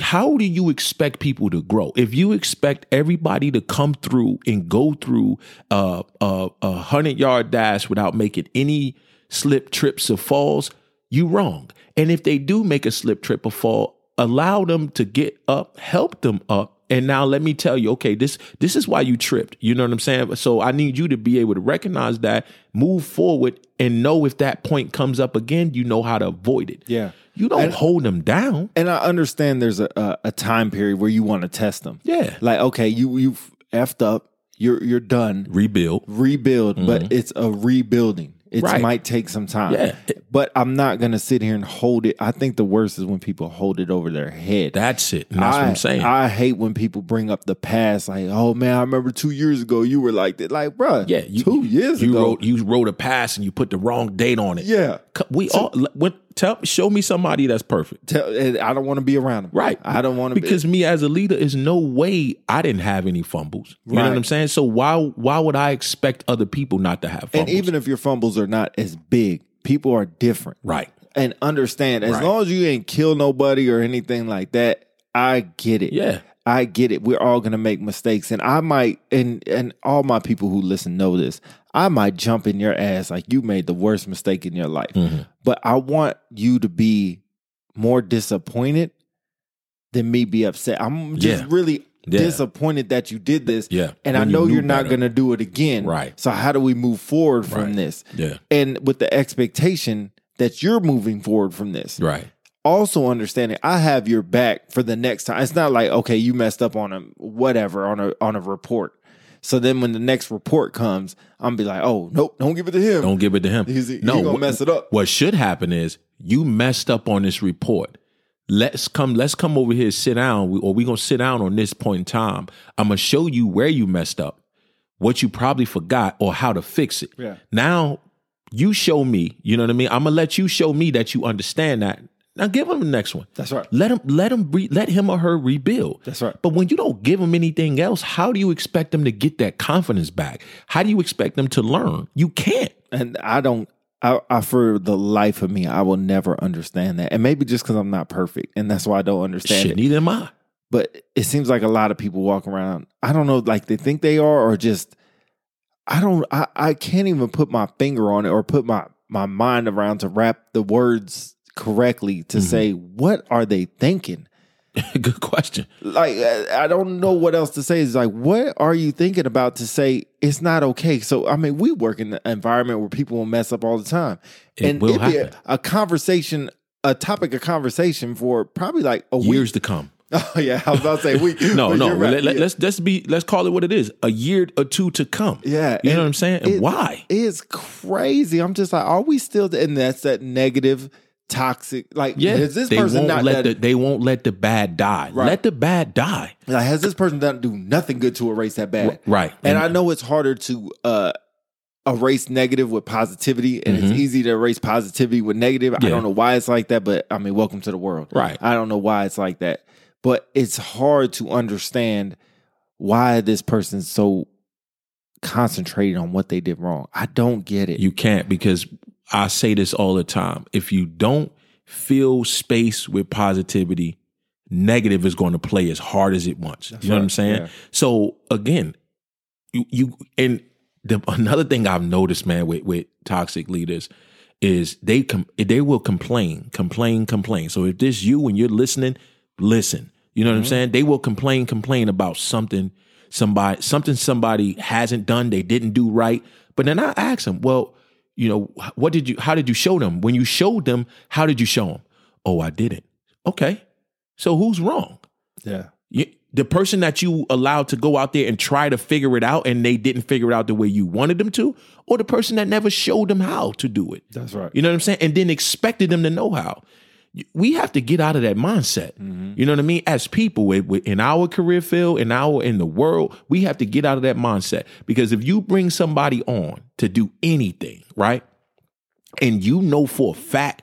B: how do you expect people to grow if you expect everybody to come through and go through uh, uh, a hundred yard dash without making any slip trips or falls? You wrong. And if they do make a slip trip or fall, allow them to get up, help them up. And now let me tell you, okay, this this is why you tripped. You know what I'm saying? So I need you to be able to recognize that, move forward, and know if that point comes up again, you know how to avoid it.
A: Yeah.
B: You don't hold them down.
A: And I understand there's a, a, a time period where you want to test them.
B: Yeah.
A: Like, okay, you you've effed up. You're you're done.
B: Rebuild.
A: Rebuild, but it's a rebuilding. It
B: Mm-hmm. Right.
A: might take some time.
B: Yeah.
A: But I'm not gonna sit here and hold it. I think the worst is when people hold it over their head.
B: That's it. And that's
A: I,
B: what I'm saying.
A: I hate when people bring up the past, like, oh man, I remember two years ago you were like that. Like, bruh,
B: yeah. You,
A: two years
B: you
A: ago.
B: wrote you wrote a pass and you put the wrong date on it.
A: yeah.
B: Co- We all when, tell show me somebody that's perfect.
A: Tell, and I don't want to be around them.
B: Right.
A: I don't want to
B: because me as a leader is no way I didn't have any fumbles. You know
A: Right.
B: what I'm saying? So why why would I expect other people not to have
A: And
B: fumbles?
A: even if your fumbles are not as big, people are different.
B: right.
A: And understand, as
B: Right.
A: long as you ain't kill nobody or anything like that, I get it.
B: Yeah.
A: I get it. We're all gonna make mistakes. And I might and and all my people who listen know this. I might jump in your ass like you made the worst mistake in your life.
B: Mhm.
A: But I want you to be more disappointed than me be upset. I'm just
B: Yeah.
A: really
B: Yeah.
A: disappointed that you did this.
B: Yeah.
A: And I
B: When you
A: know
B: knew
A: you are not
B: better.
A: gonna do it again.
B: Right.
A: So how do we move forward from
B: Right.
A: this?
B: Yeah.
A: and with the expectation that you're moving forward from this.
B: Right.
A: Also understanding I have your back for the next time. It's not like okay, you messed up on a whatever on a on a report. So then when the next report comes, I'm be like, "Oh, nope, don't give it to him."
B: Don't give it to him.
A: He's- he
B: no,
A: gonna
B: what-
A: mess it up.
B: What should happen is you messed up on this report. Let's come. Let's come over here. Sit down, we- or we gonna sit down on this point in time. I'm gonna show you where you messed up, what you probably forgot, or how to fix it.
A: Yeah.
B: Now you show me. You know what I mean. I'm gonna let you show me that you understand that. Now give him the next one.
A: That's right.
B: Let him. Let him. Re, let him or her rebuild.
A: That's right.
B: But when you don't give them anything else, how do you expect them to get that confidence back? How do you expect them to learn? You can't.
A: And I don't I, I for the life of me, I will never understand that. And maybe just cuz I'm not perfect and that's why I don't understand
B: Shit,
A: it.
B: neither am I. [laughs]
A: but it seems like a lot of people walk around i don't know like they think they are or just i don't i, I can't even put my finger on it or put my my mind around to wrap the words correctly to say what are they thinking
B: Good question.
A: like I I don't know what else to say. It's like, what are you thinking about to say it's not okay? So I mean, we work in an environment where people will mess up all the time,
B: It will
A: it'd be a,
B: happen.
A: a conversation, a topic of conversation for probably like a week. [laughs]
B: Years to come.
A: Oh yeah, I was about to say week.
B: [laughs] No,
A: but
B: no.
A: you're right.
B: Let, let,
A: Yeah.
B: Let's let's be let's call it what it is. A year or two to come.
A: Yeah,
B: You
A: and
B: know what I'm saying? And
A: it-
B: why?
A: It's crazy. I'm just like, are we still? And that's that negative, toxic. Like,
B: Yeah.
A: has this
B: they
A: person
B: won't
A: not
B: let
A: done,
B: the they won't let the bad die.
A: Right.
B: Let the bad die.
A: like, has this person done do nothing good to erase that bad?
B: Right.
A: And I know it's harder to uh, erase negative with positivity, and it's easy to erase positivity with negative. I
B: Mm-hmm. Yeah.
A: don't know why it's like that, but I mean, welcome to the world.
B: Right.
A: I don't know why it's like that, but it's hard to understand why this person's so concentrated on what they did wrong. I don't get it.
B: You can't because I say this all the time. If you don't fill space with positivity, negative is going to play as hard as it wants. you know what I'm
A: right.
B: saying?
A: Yeah.
B: So again, you you and the, another thing I've noticed, man, with with toxic leaders is they com- they will complain, complain, complain. So if this you and you're listening, listen. You know what I'm saying? They will complain, complain about something somebody something somebody hasn't done, they didn't do right. But then I ask them, well, you know, what did you? How did you show them? When you showed them, how did you show them? Oh, I didn't. Okay, so who's wrong?
A: Yeah.
B: You, the person that you allowed to go out there and try to figure it out and they didn't figure it out the way you wanted them to, or the person that never showed them how to do it.
A: That's right.
B: You know what I'm saying? And then expected them to know how. We have to get out of that mindset.
A: Mm-hmm.
B: You know what I mean? As people with- with- in our career field, in our in the world, we have to get out of that mindset because if you bring somebody on to do anything, right? and you know for a fact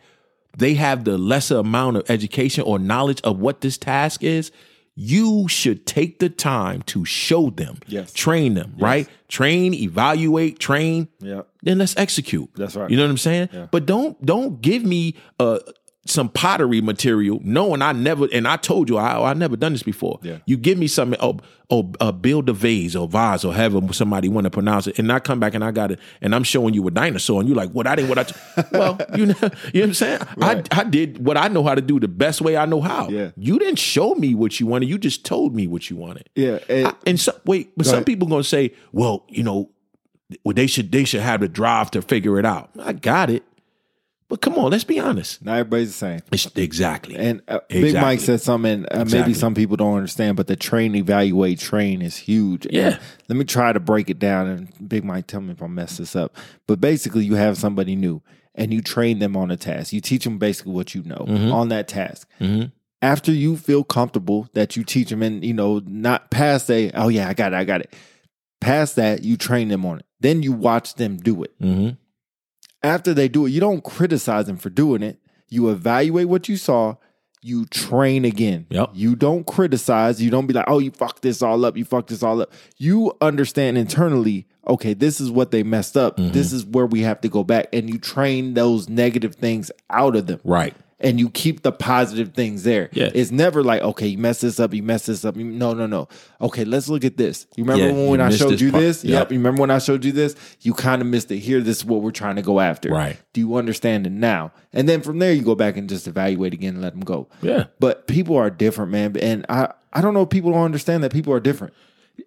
B: they have the lesser amount of education or knowledge of what this task is, you should take the time to show them,
A: Yes.
B: train them, right? Train, evaluate, train,
A: Yeah.
B: then let's execute.
A: That's right.
B: You know what I'm saying? But don't don't give me uh some pottery material knowing I never and I told you I I never done this before.
A: Yeah.
B: You give me something oh oh uh, build a vase or vase or however somebody want to pronounce it and I come back and I got it and I'm showing you a dinosaur and you're like what I didn't what I t-" [laughs] well you know you know what I'm saying I I did what I know how to do the best way I know how.
A: Yeah.
B: You didn't show me what you wanted. You just told me what you wanted.
A: Yeah. And,
B: I- and some wait, but some
A: ahead.
B: people gonna say, well, you know, well, they should they should have the drive to figure it out. I got it, but come on, let's be honest.
A: not everybody's the same.
B: It's, exactly.
A: And uh, Big
B: Exactly.
A: Mike said something, uh, maybe
B: Exactly.
A: some people don't understand, but the train, evaluate, train is huge. And
B: Yeah.
A: let me try to break it down, and Big Mike, tell me if I mess this up. But basically, you have somebody new and you train them on a task. You teach them basically what you know
B: Mm-hmm.
A: on that task. After you feel comfortable that you teach them and, you know, not past a, oh, yeah, I got it, I got it. Past that, you train them on it. Then you watch them do it
B: hmm
A: after they do it, you don't criticize them for doing it. You evaluate what you saw. You train again.
B: Yep.
A: You don't criticize. You don't be like, oh, you fucked this all up. You fucked this all up. You understand internally, okay, this is what they messed up. This is where we have to go back. And you train those negative things out of them
B: Right.
A: and you keep the positive things there.
B: Yeah.
A: It's never like, okay, you mess this up, you mess this up. You, no, no, no. Okay, let's look at this. You remember
B: Yeah,
A: when
B: you
A: I
B: missed
A: showed
B: this
A: you
B: part.
A: this? Yep.
B: Yep.
A: You remember when I showed you this? You kind of missed it here. This is what we're trying to go after.
B: Right.
A: Do you understand it now? And then from there, you go back and just evaluate again and let them go.
B: Yeah.
A: But people are different, man. And I, I don't know if people don't understand that people are different.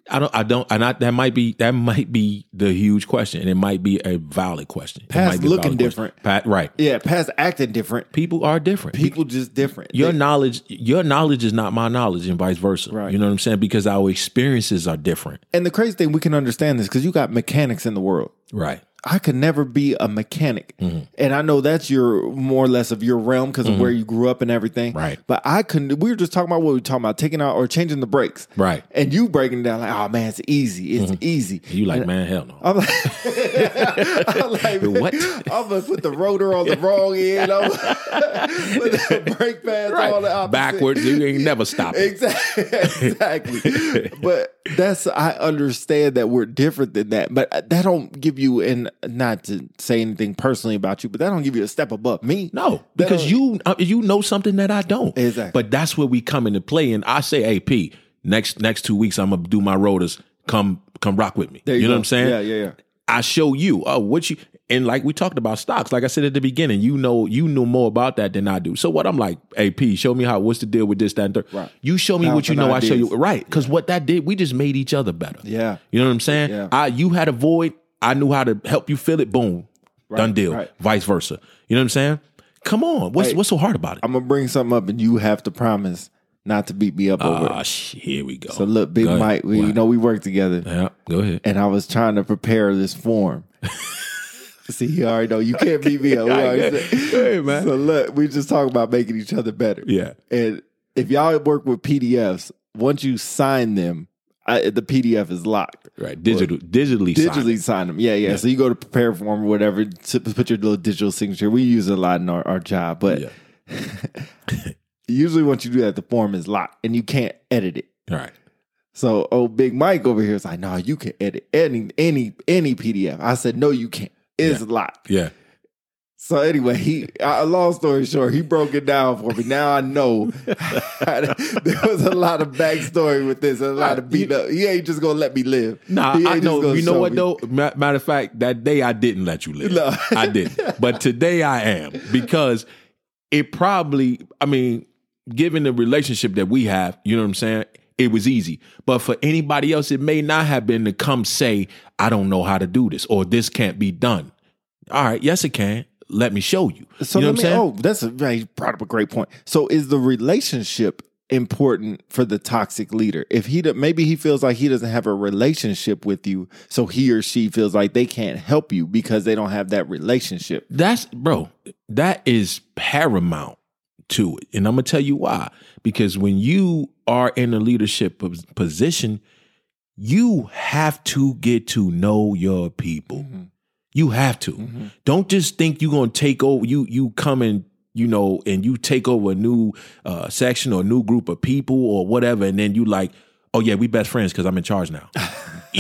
B: I don't. I don't. And I, that might be. That might be the huge question, and it might be a valid question. It
A: Pat's
B: might be a valid
A: looking
B: question.
A: different.
B: Pat, right.
A: Yeah, past acting different.
B: People are different.
A: People just different.
B: your
A: They-
B: knowledge, your knowledge is not my knowledge, and vice versa.
A: Right.
B: You know what I'm saying? Because our experiences are different.
A: and the crazy thing, we can understand this because you got mechanics in the world.
B: Right.
A: I could never be a mechanic.
B: Mm-hmm.
A: And I know that's your more or less of your realm because of where you grew up and everything.
B: Right.
A: But I couldn't, we were just talking about what we were talking about, taking out or changing the brakes.
B: Right. Mm-hmm.
A: And you breaking down like, oh man, it's easy. It's easy.
B: You like, man, hell no.
A: I'm like, [laughs] I'm like,
B: What?
A: [laughs] I'm gonna put the rotor on the wrong end. I'm [laughs] put the brake pads on the opposite.
B: Backwards, you ain't never stopping.
A: [laughs] Exactly. exactly.
B: [laughs]
A: but that's I understand that we're different than that, but uh, that don't give you and not to say anything personally about you, but that don't give you a step above me.
B: No,
A: That
B: because
A: don't-
B: you uh, you know something that I don't.
A: Exactly.
B: But that's where we come into play, and I say, "Hey, P, next next two weeks, I'm gonna do my rotors. Come come rock with me.
A: There
B: you know
A: go.
B: what I'm saying?
A: Yeah, yeah, yeah.
B: I show you uh, what you and like we talked about stocks. Like I said at the beginning, you know you know more about that than I do. So what I'm like, hey P, show me how. What's the deal with this, that, and third?
A: Right.
B: You show me
A: Now
B: what
A: for
B: you know. I show
A: ideas.
B: you right. Because what that did, we just made each other better.
A: Yeah.
B: You know what I'm saying?
A: Yeah.
B: I you had a void. I knew how to help you fill it. Boom, done deal.
A: right.
B: Vice versa. You know what I'm saying? Come on, what's
A: Hey.
B: what's so hard about it?
A: I'm gonna bring something up and you have to promise not to beat me up over
B: Ah,
A: it.
B: sh- here we go.
A: So look, Big
B: Go ahead.
A: Mike, we you know we work together.
B: yeah, go ahead.
A: and I was trying to prepare this
B: [laughs]
A: form. See, you already know you can't beat me up. We already said-
B: Hey, man.
A: So look, we just talking about making each other better.
B: Yeah.
A: And if y'all work with PDFs, once you sign them, I, the PDF is locked.
B: Right, digital, digitally, signed.
A: Digitally sign them. Yeah, yeah, So you go to prepare form or whatever to put your little digital signature. We use it a lot in our, our job, but
B: Yeah.
A: usually once you do that, the form is locked and you can't edit it.
B: All right.
A: So old Big Mike over here is like, no, you can edit any any any PDF. I said, no, you can't. It's locked.
B: Yeah.
A: So anyway, he uh, long story short, he broke it down for me. Now I know [laughs] there was a lot of backstory with this, a lot of beat up. He ain't just gonna let me live.
B: Nah,
A: he ain't
B: I
A: just
B: know.
A: gonna
B: You know
A: show
B: what
A: me.
B: though? Ma- Matter of fact, that day I didn't let you live.
A: No.
B: I didn't. But today I am because it probably. I mean, given the relationship that we have, you know what I'm saying. It was easy, but for anybody else, it may not have been to come say, "I don't know how to do this" or "This can't be done." All right, yes, it can. Let me show you.
A: So let me,
B: you know what I'm saying?
A: oh, that's a, yeah, you brought up a great point. So is the relationship important for the toxic leader? If he do- maybe he feels like he doesn't have a relationship with you, so he or she feels like they can't help you because they don't have that relationship.
B: That's bro, that is paramount to it. And I'm gonna tell you why. Because when you are in a leadership pos- position, you have to get to know your people. You have to. Don't just think you're gonna take over. You you come and you know, and you take over a new uh, section or a new group of people or whatever, and then you like, oh yeah, we best friends because I'm in charge now. [laughs]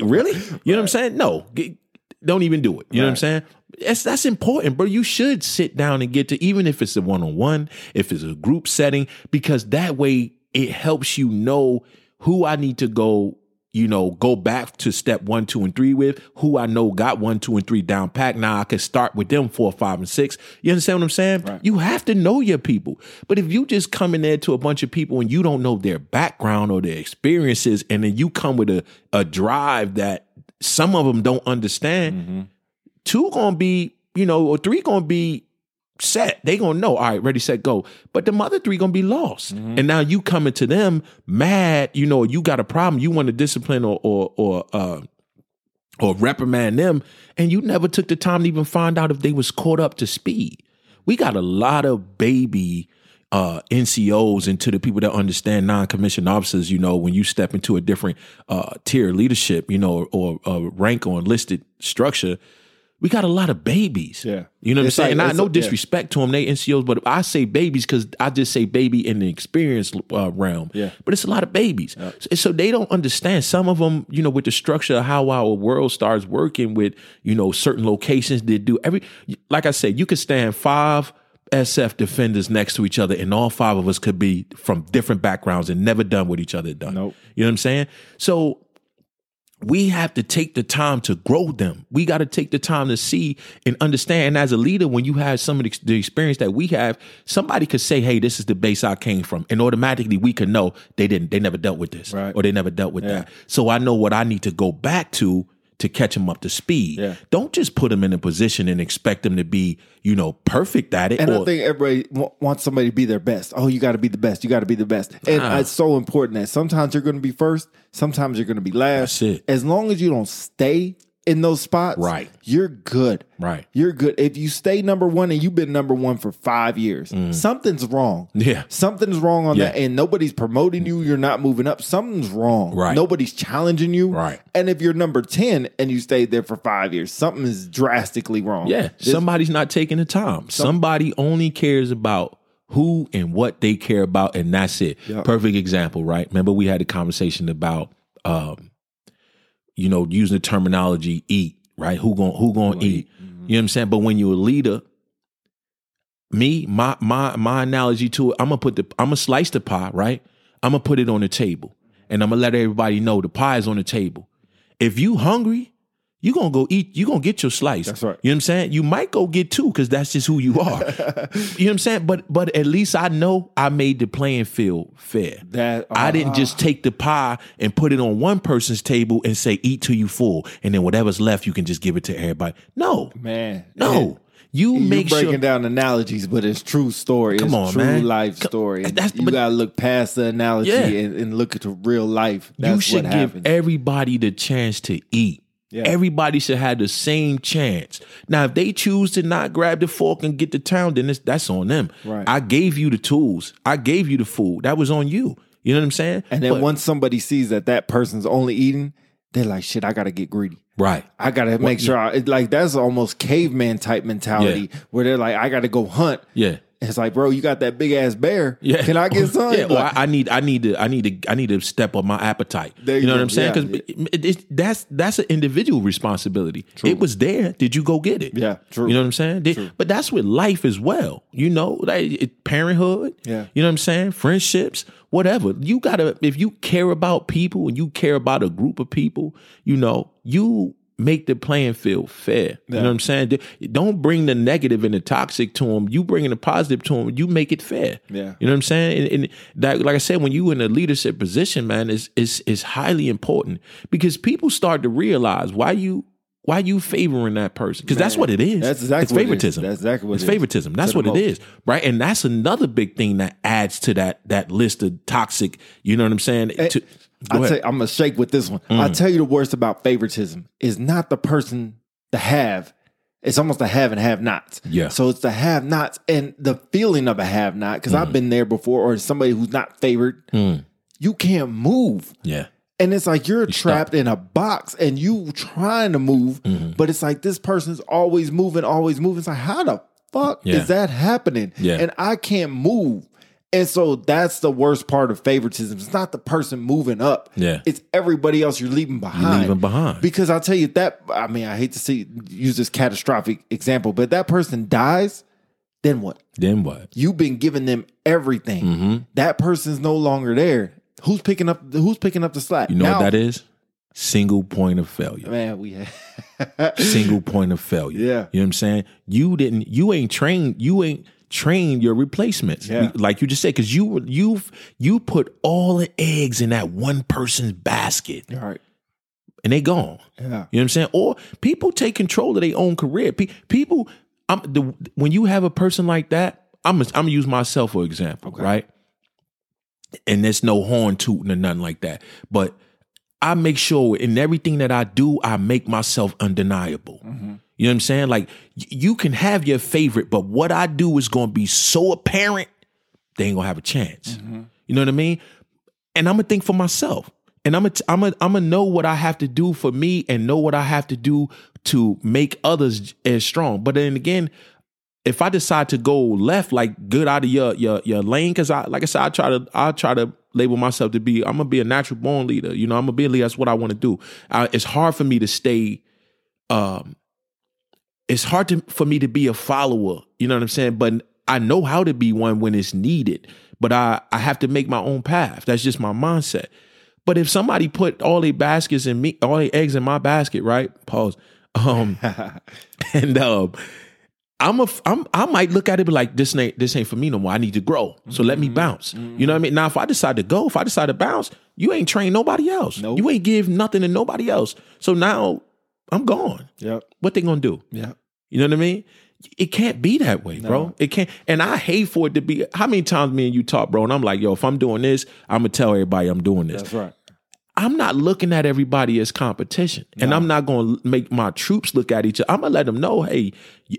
B: really? You know what I'm saying? No, Get- don't even do it. You know what I'm saying? That's that's important, bro. You should sit down and get to even if it's a one on one, if it's a group setting, because that way it helps you know who I need to go. You know, go back to step one, two, and three with who I know got one, two, and three down pack. Now I can start with them four, five, and six. You understand what I'm saying? You have to know your people. But if you just come in there to a bunch of people and you don't know their background or their experiences, and then you come with a, a drive that some of them don't understand, two gonna be, you know, or three gonna be set. They gonna know, all right, ready, set, go. But the other three gonna be lost. And now you coming to them mad, you know, you got a problem, you want to discipline or or or uh or reprimand them, and you never took the time to even find out if they was caught up to speed. We got a lot of baby uh, NCOs and to the people that understand non-commissioned officers, you know, when you step into a different uh, tier of leadership, you know, or, or rank or enlisted structure, we got a lot of babies.
A: Yeah.
B: You know what
A: It's
B: I'm
A: like-
B: saying? and I
A: it's
B: no
A: like- yeah.
B: disrespect to them, they NCOs, but I say babies because I just say baby in the experience uh, realm.
A: Yeah.
B: But it's a lot of babies. So, so they don't understand. Some of them, you know, with the structure of how our world starts working with, you know, certain locations they do every, like I said, you could stand five SF defenders next to each other and all five of us could be from different backgrounds and never done what each other done.
A: Nope.
B: You know what I'm saying? So we have to take the time to grow them. We got to take the time to see and understand. And as a leader, when you have some of the, the experience that we have, somebody could say, "Hey, this is the base I came from," and automatically we can know they didn't, they never dealt with this,
A: Right.
B: or they never dealt with that. So I know what I need to go back to to catch them up to speed.
A: Yeah.
B: Don't just put them in a position and expect them to be, you know, perfect at it.
A: And
B: or-
A: I think everybody w- wants somebody to be their best. Oh, you got to be the best. You got to be the best. And
B: Nah.
A: it's so important that sometimes you're going to be first, sometimes you're going to be last.
B: That's it.
A: As long as you don't stay in those spots,
B: Right.
A: You're good.
B: Right.
A: You're good. If you stay number one and you've been number one for five years, something's wrong.
B: [laughs] Mm. Yeah.
A: Something's wrong on
B: Yeah.
A: that. And nobody's promoting you. You're not moving up. Something's wrong.
B: Right.
A: Nobody's challenging you.
B: Right.
A: And if you're number 10 and you stayed there for five years, something is drastically wrong.
B: Yeah,
A: This-
B: somebody's not taking the time. Somebody only cares about who and what they care about, and that's it.
A: Yeah.
B: Perfect example, right? Remember, we had a conversation about, um, you know, using the terminology "eat," right? Who gon' who gonna
A: Gonna Mm-hmm.
B: eat? You know what I'm saying? But when you're a leader, me my my my analogy to it, I'm gonna put the I'm gonna slice the pie, right? I'm gonna put it on the table, and I'm gonna let everybody know the pie is on the table. If you hungry, you gonna go eat. You gonna get your slice.
A: That's right.
B: You know what I'm saying? You might go get two because that's just who you are. you know what I'm saying? But but at least I know I made the playing field fair.
A: That-
B: I didn't just take the pie and put it on one person's table and say eat till you full, and then whatever's left you can just give it to everybody. No,
A: Man.
B: no. You
A: You're
B: make
A: breaking
B: sure
A: down analogies, but it's true story.
B: Come
A: it's
B: on,
A: true
B: man.
A: life
B: Co-
A: story. And
B: that's-
A: you
B: but-
A: gotta look past the analogy
B: Yeah.
A: and, and look at the real life. That's
B: you should
A: what
B: give
A: happens.
B: everybody the chance to eat.
A: Yeah.
B: Everybody should have the same chance. Now, if they choose to not grab the fork and get the town, then it's, that's on them.
A: Right.
B: I gave you the tools. I gave you the food. That was on you. You know what I'm saying?
A: and then
B: But-
A: once somebody sees that that person's only eating, they're like, "Shit, I gotta get greedy.
B: right.
A: I gotta make sure." I, it, like that's almost caveman type mentality where they're like, "I gotta go hunt."
B: Yeah.
A: It's like, bro, you got that big ass bear.
B: [laughs] Yeah.
A: Can I get some?
B: Yeah, well,
A: Like,
B: I, I need, I need to, I need to, I need to step up my appetite.
A: There
B: you know
A: you
B: what I'm
A: go.
B: saying?
A: Yeah,
B: Because that's that's an individual responsibility. It was there. Did you go get it?
A: Yeah, true.
B: You know what I'm saying? Did- But that's with life as well. You know, like it, parenthood.
A: Yeah.
B: You know what I'm saying? Friendships, whatever. You gotta if you care about people and you care about a group of people, you know, you make the playing field fair. You know what I'm saying? Don't bring the negative and the toxic to them. You bringing the positive to them. You make it fair.
A: Yeah.
B: You know what I'm saying? And, and that, like I said, when you in a leadership position, man, is is is highly important because people start to realize why you why you favoring that person because that's what it is.
A: that's exactly
B: it's
A: what it is.
B: favoritism.
A: That's exactly what
B: it's
A: it is.
B: favoritism. That's
A: To
B: what
A: the
B: it is, right? And that's another big thing that adds to that that list of toxic. You know what I'm saying? to,
A: I
B: go ahead. Mm.
A: am gonna shake with this one. I'll tell you the worst about favoritism is not the person to have. It's almost the have and have nots.
B: Yeah.
A: So it's the have nots and the feeling of a have not, because
B: Mm.
A: I've been there before, or somebody who's not favored, you can't move.
B: yeah,
A: And it's like you're trapped in a box and you trying to move,
B: Mm-hmm.
A: but it's like this person's always moving, always moving. It's like, how the fuck
B: Yeah.
A: is that happening?
B: Yeah.
A: And I can't move. And so that's the worst part of favoritism. It's not the person moving up.
B: Yeah.
A: It's everybody else you're leaving behind.
B: leaving behind.
A: Because I'll tell you that I mean, I hate to see use this catastrophic example, but that person dies, then what?
B: then what?
A: You've been giving them everything.
B: Mm-hmm.
A: That person's no longer there. Who's picking up who's picking up the slack?
B: You know what that is? Single point of failure.
A: Man, we had [laughs]
B: single point of failure.
A: Yeah.
B: You know what I'm saying? You didn't you ain't trained you ain't trained your replacements.
A: Yeah.
B: Like you just said, because you you you put all the eggs in that one person's basket
A: all right.
B: and they gone.
A: Yeah.
B: You know what I'm saying? Or people take control of their own career. Pe- people, I'm the when you have a person like that, I'm gonna- I'm gonna use myself for example, right? And there's no horn tooting or nothing like that, but I make sure in everything that I do, I make myself undeniable. You know what I'm saying? Like y- you can have your favorite, but what I do is gonna be so apparent, they ain't gonna have a chance. You know what I mean? and I'm gonna think for myself. And I'm gonna I'm gonna I'm gonna know what I have to do for me and know what I have to do to make others as strong. But then again, if I decide to go left, like good out of your your your lane, because I like I said, I try to I try to label myself to be I'm gonna be a natural born leader. You know, I'm gonna be a leader. That's what I want to do. Uh, it's hard for me to stay. Um, it's hard to, for me to be a follower. You know what I'm saying? But I know how to be one when it's needed. But I I have to make my own path. That's just my mindset. But if somebody put all their baskets in me, all their eggs in my basket, right? Pause. Um, and um, I'm a f- I'm I might look at it be like this ain't this ain't for me no more. I need to grow. So let me bounce. You know what I mean? Now if I decide to go, if I decide to bounce, you ain't train nobody else.
A: Nope.
B: You ain't give nothing to nobody else. So now I'm gone.
A: Yep.
B: What they gonna do?
A: Yep.
B: You know what I mean? It can't be that way, bro. It can't. And I hate for it to be. How many times me and you talk, bro? And I'm like, yo, if I'm doing this, I'm gonna tell everybody I'm doing this.
A: That's right.
B: I'm not looking at everybody as competition. And I'm not going to make my troops look at each other. I'm going to let them know, hey,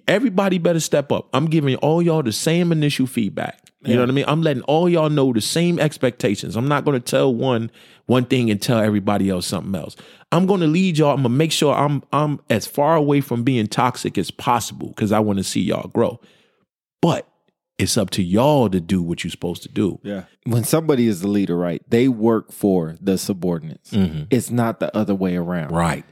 B: everybody better step up. I'm giving all y'all the same initial feedback. You know what I mean? I'm letting all y'all know the same expectations. I'm not going to tell one one thing and tell everybody else something else. I'm going to lead y'all. I'm going to make sure I'm I'm as far away from being toxic as possible cuz I want to see y'all grow. But it's up to y'all to do what you're supposed to do.
A: Yeah. When somebody is the leader, right, they work for the subordinates. It's not the other way around.
B: Mm-hmm. Right.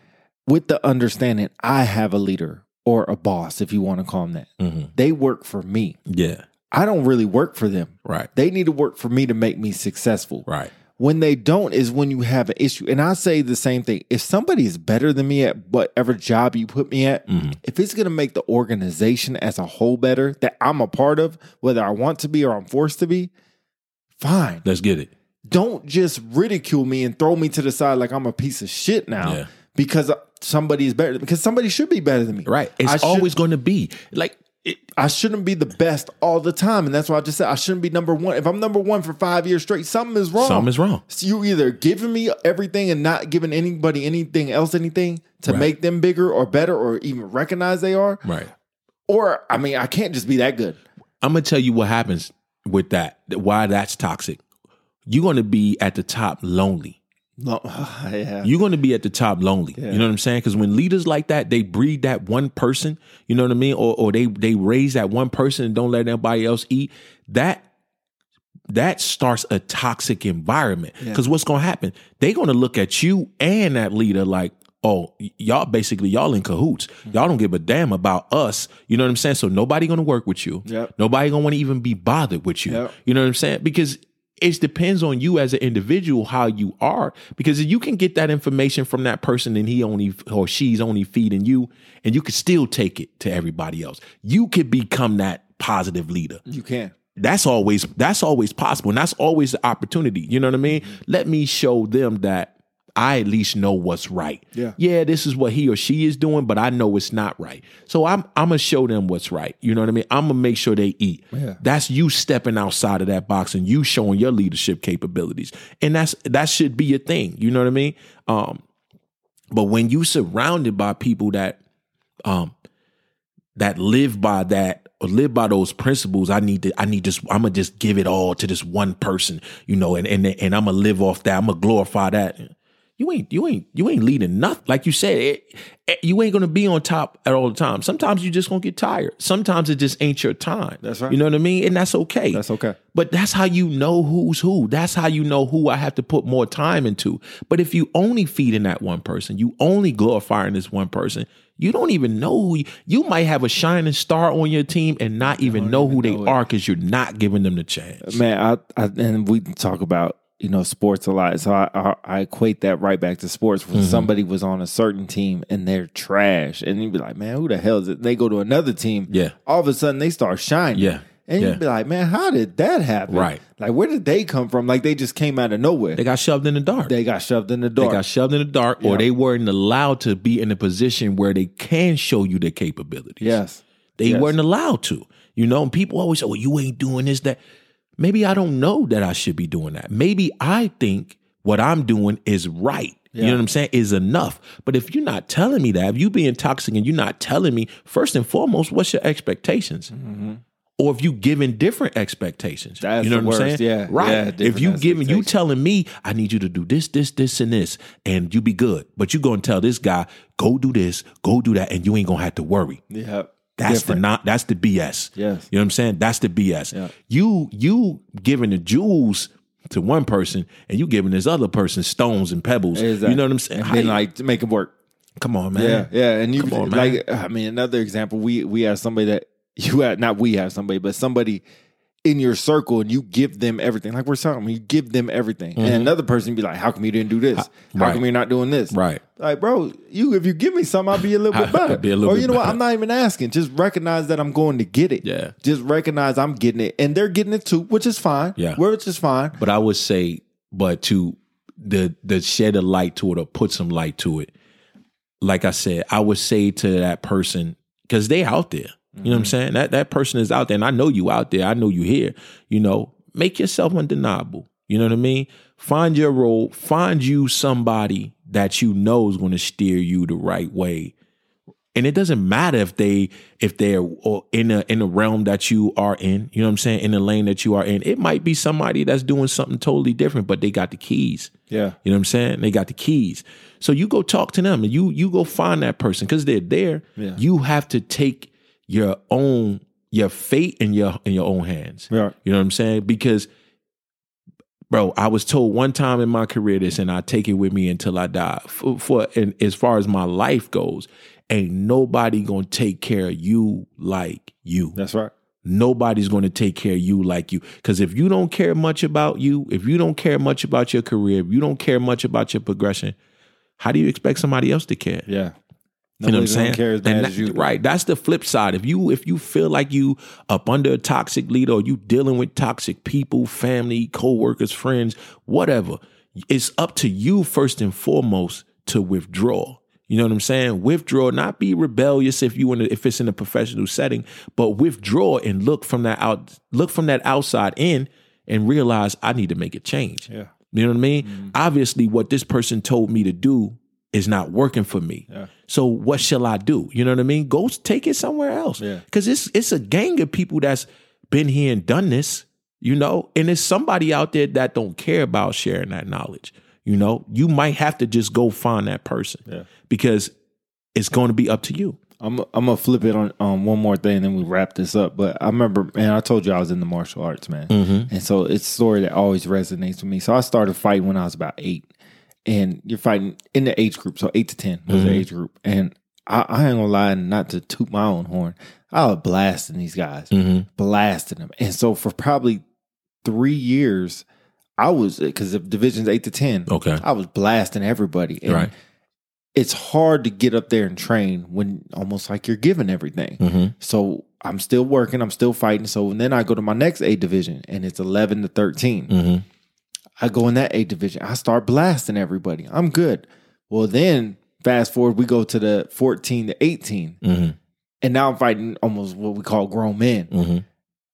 A: With the understanding I have a leader or a boss, if you want to call them that.
B: Mm-hmm.
A: They work for me.
B: Yeah.
A: I don't really work for them.
B: Right.
A: They need to work for me to make me successful.
B: Right.
A: When they don't is when you have an issue. And I say the same thing. If somebody is better than me at whatever job you put me at,
B: Mm-hmm.
A: if it's going to make the organization as a whole better that I'm a part of, whether I want to be or I'm forced to be, fine.
B: Let's get it.
A: Don't just ridicule me and throw me to the side like I'm a piece of shit now
B: Yeah.
A: because uh, somebody is better because somebody should be better than me.
B: Right.
A: I
B: It's
A: should-
B: always going to be like it,
A: I shouldn't be the best all the time. And that's why I just said I shouldn't be number one. If I'm number one for five years straight, something is wrong.
B: something is wrong.
A: So you either giving me everything and not giving anybody anything else anything to
B: Right.
A: make them bigger or better or even recognize they are.
B: Right.
A: Or I mean, I can't just be that good.
B: I'm going to tell you what happens with that, that- why that's toxic. You're going to be at the top lonely.
A: No, [laughs] yeah.
B: You're going to be at the top lonely. You know what I'm saying? Because when leaders like that, they breed that one person. You know what I mean? Or, or they they raise that one person and don't let anybody else eat. That that starts a toxic environment. Because what's going to happen? They're going to look at you and that leader like, oh, y- y'all basically y'all in cahoots.
A: Mm-hmm.
B: Y'all don't give a damn about us. You know what I'm saying? So nobody going to work with you.
A: Yep.
B: Nobody going to want to even be bothered with you.
A: Yep.
B: You know what I'm saying? Because it depends on you as an individual how you are. Because if you can get that information from that person, and he only or she's only feeding you, and you could still take it to everybody else. You could become that positive leader
A: You can.
B: that's always that's always possible and that's always the opportunity you know what i mean
A: Mm-hmm.
B: let me show them that i at least know what's right
A: Yeah.
B: yeah this is what he or she is doing but i know it's not right so i'm i'm gonna show them what's right you know what i mean i'm gonna make sure they eat
A: Yeah.
B: that's you stepping outside of that box and you showing your leadership capabilities and that's that should be your thing you know what i mean um but when you surrounded by people that um that live by that or live by those principles i need to i need this i'm gonna just give it all to this one person you know and and, and i'm gonna live off that i'm gonna glorify that you ain't you ain't you ain't leading nothing like you said it, it- you ain't gonna be on top at all the time sometimes you just gonna get tired sometimes it just ain't your time
A: That's right.
B: you know what i mean and that's okay
A: That's okay.
B: but that's how you know who's who. That's how you know who I have to put more time into. But if you only feeding that one person, you only glorifying this one person, you don't even know who you, you might have a shining star on your team and not even know who they are because you're not giving them the chance.
A: Man, I, I and we talk about you know sports a lot, so I I, I equate that right back to sports. When somebody was on a certain team and they're trash, and you'd be like, man, who the hell is it? They go to another team,
B: Yeah.
A: All of a sudden, they start shining,
B: Yeah.
A: And
B: Yeah.
A: you'd be like, man, how did that happen?
B: Right.
A: Like, where did they come from? Like, they just came out of nowhere.
B: They
A: They,
B: got shoved in the dark.
A: got shoved in the
B: They
A: dark.
B: got shoved in the dark, or they weren't allowed to be in a position where they can show you their capabilities.
A: yes.
B: They
A: Yes.
B: weren't allowed to. You know, and people always say, well, you ain't doing this, that. Maybe I don't know that I should be doing that. Maybe I think what I'm doing is right. You know
A: Yeah.
B: what I'm saying? Is enough. But if you're not telling me that, if you being toxic and you're not telling me, first and foremost, what's your expectations? Or if you giving different expectations.
A: Mm-hmm. That's
B: you know
A: the
B: what I'm
A: worst.
B: saying?
A: Yeah.
B: Right.
A: Yeah,
B: if
A: different
B: you giving you
A: expectations.
B: telling me I need you to do this, this, this, and this, and you be good. But you gonna tell this guy, go do this, go do that, and you ain't gonna have to worry.
A: Yeah.
B: That's
A: Different.
B: the not. That's the BS.
A: Yes.
B: you know what I'm saying. That's the BS. You you giving the jewels to one person and you giving this other person stones and pebbles.
A: Exactly.
B: You know what I'm saying.
A: And
B: How
A: then,
B: you-
A: like, to make it work.
B: come on, man.
A: Yeah, yeah, and you
B: Come on, man.
A: like I mean another example. We we have somebody that [laughs] you have not we have somebody, but somebody in your circle, and you give them everything. Like we're talking, you give them everything, and another person be like, "How come you didn't do this? How
B: Mm-hmm. right.
A: come you're not doing this?"
B: Right.
A: Like, bro, you if you give me something, I'll be a little bit
B: I'll
A: better.
B: be a little
A: or
B: bit
A: you know what?
B: better.
A: I'm not even asking. Just recognize that I'm going to get it.
B: Yeah.
A: Just recognize I'm getting it, and they're getting it too, which is fine.
B: Yeah.
A: Which is fine.
B: But I would say, but to the the shed a light to it or put some light to it. Like I said, I would say to that person because they out there. You know what I'm saying? That that person is out there, and I know you out there. I know you here. You know, make yourself undeniable. You know what I mean? Find your role. Find you somebody that you know is going to steer you the right way and it doesn't matter if they if they're or in a in a realm that you are in you know what i'm saying in the lane that you are in it might be somebody that's doing something totally different but they got the keys
A: Yeah.
B: you know what i'm saying they got the keys so you go talk to them and you you go find that person because they're there
A: Yeah.
B: you have to take your own your fate in your in your own hands
A: Yeah.
B: you know what i'm saying because bro i was told one time in my career this and i take it with me until i die for, for and as far as my life goes ain't nobody gonna take care of you like you
A: That's right.
B: nobody's gonna take care of you like you because if you don't care much about you if you don't care much about your career if you don't care much about your progression how do you expect somebody else to care
A: Yeah.
B: you know what I'm
A: Nobody don't
B: saying?
A: care as bad
B: And
A: as
B: that-
A: you.
B: Right. That's the flip side. If you if you feel like you up under a toxic leader or you dealing with toxic people, family, coworkers, friends, whatever, it's up to you first and foremost to withdraw. You know what I'm saying? Withdraw, not be rebellious if you in a, if it's in a professional setting, but withdraw and look from that out look from that outside in and realize I need to make a change.
A: Yeah.
B: You know what I mean?
A: Mm-hmm.
B: Obviously, what this person told me to do is not working for me. So what shall I do? You know what I mean? Go s- take it somewhere else.
A: Yeah.
B: Cause it's it's a gang of people that's been here and done this, you know, and it's somebody out there that don't care about sharing that knowledge. You You know, you might have to just go find that person
A: Yeah.
B: because it's going to be up to you.
A: I'm I'm gonna flip it on um, one more thing, then we wrap this up. But I remember, man, I told you I was in the martial arts, man,
B: Mm-hmm.
A: and so it's a story that always resonates with me. So I started fighting when I was about eight, and you're fighting in the age group, so eight to ten was
B: Mm-hmm.
A: the age group, and I, I ain't gonna lie, and not to toot my own horn, I was blasting these guys,
B: Mm-hmm.
A: blasting them, and so for probably three years, I was because of divisions eight to ten,
B: Okay.
A: I was blasting everybody, and
B: Oh. Right.
A: it's hard to get up there and train when almost like you're given everything.
B: Mhm.
A: So I'm still working, I'm still fighting. So then I go to my next A division and it's 11 to 13.
B: Mhm.
A: I go in that A division, I start blasting everybody. I'm good. Well, then fast forward, we go to the 14 to 18.
B: Mhm.
A: And now I'm fighting almost what we call grown men.
B: Mhm.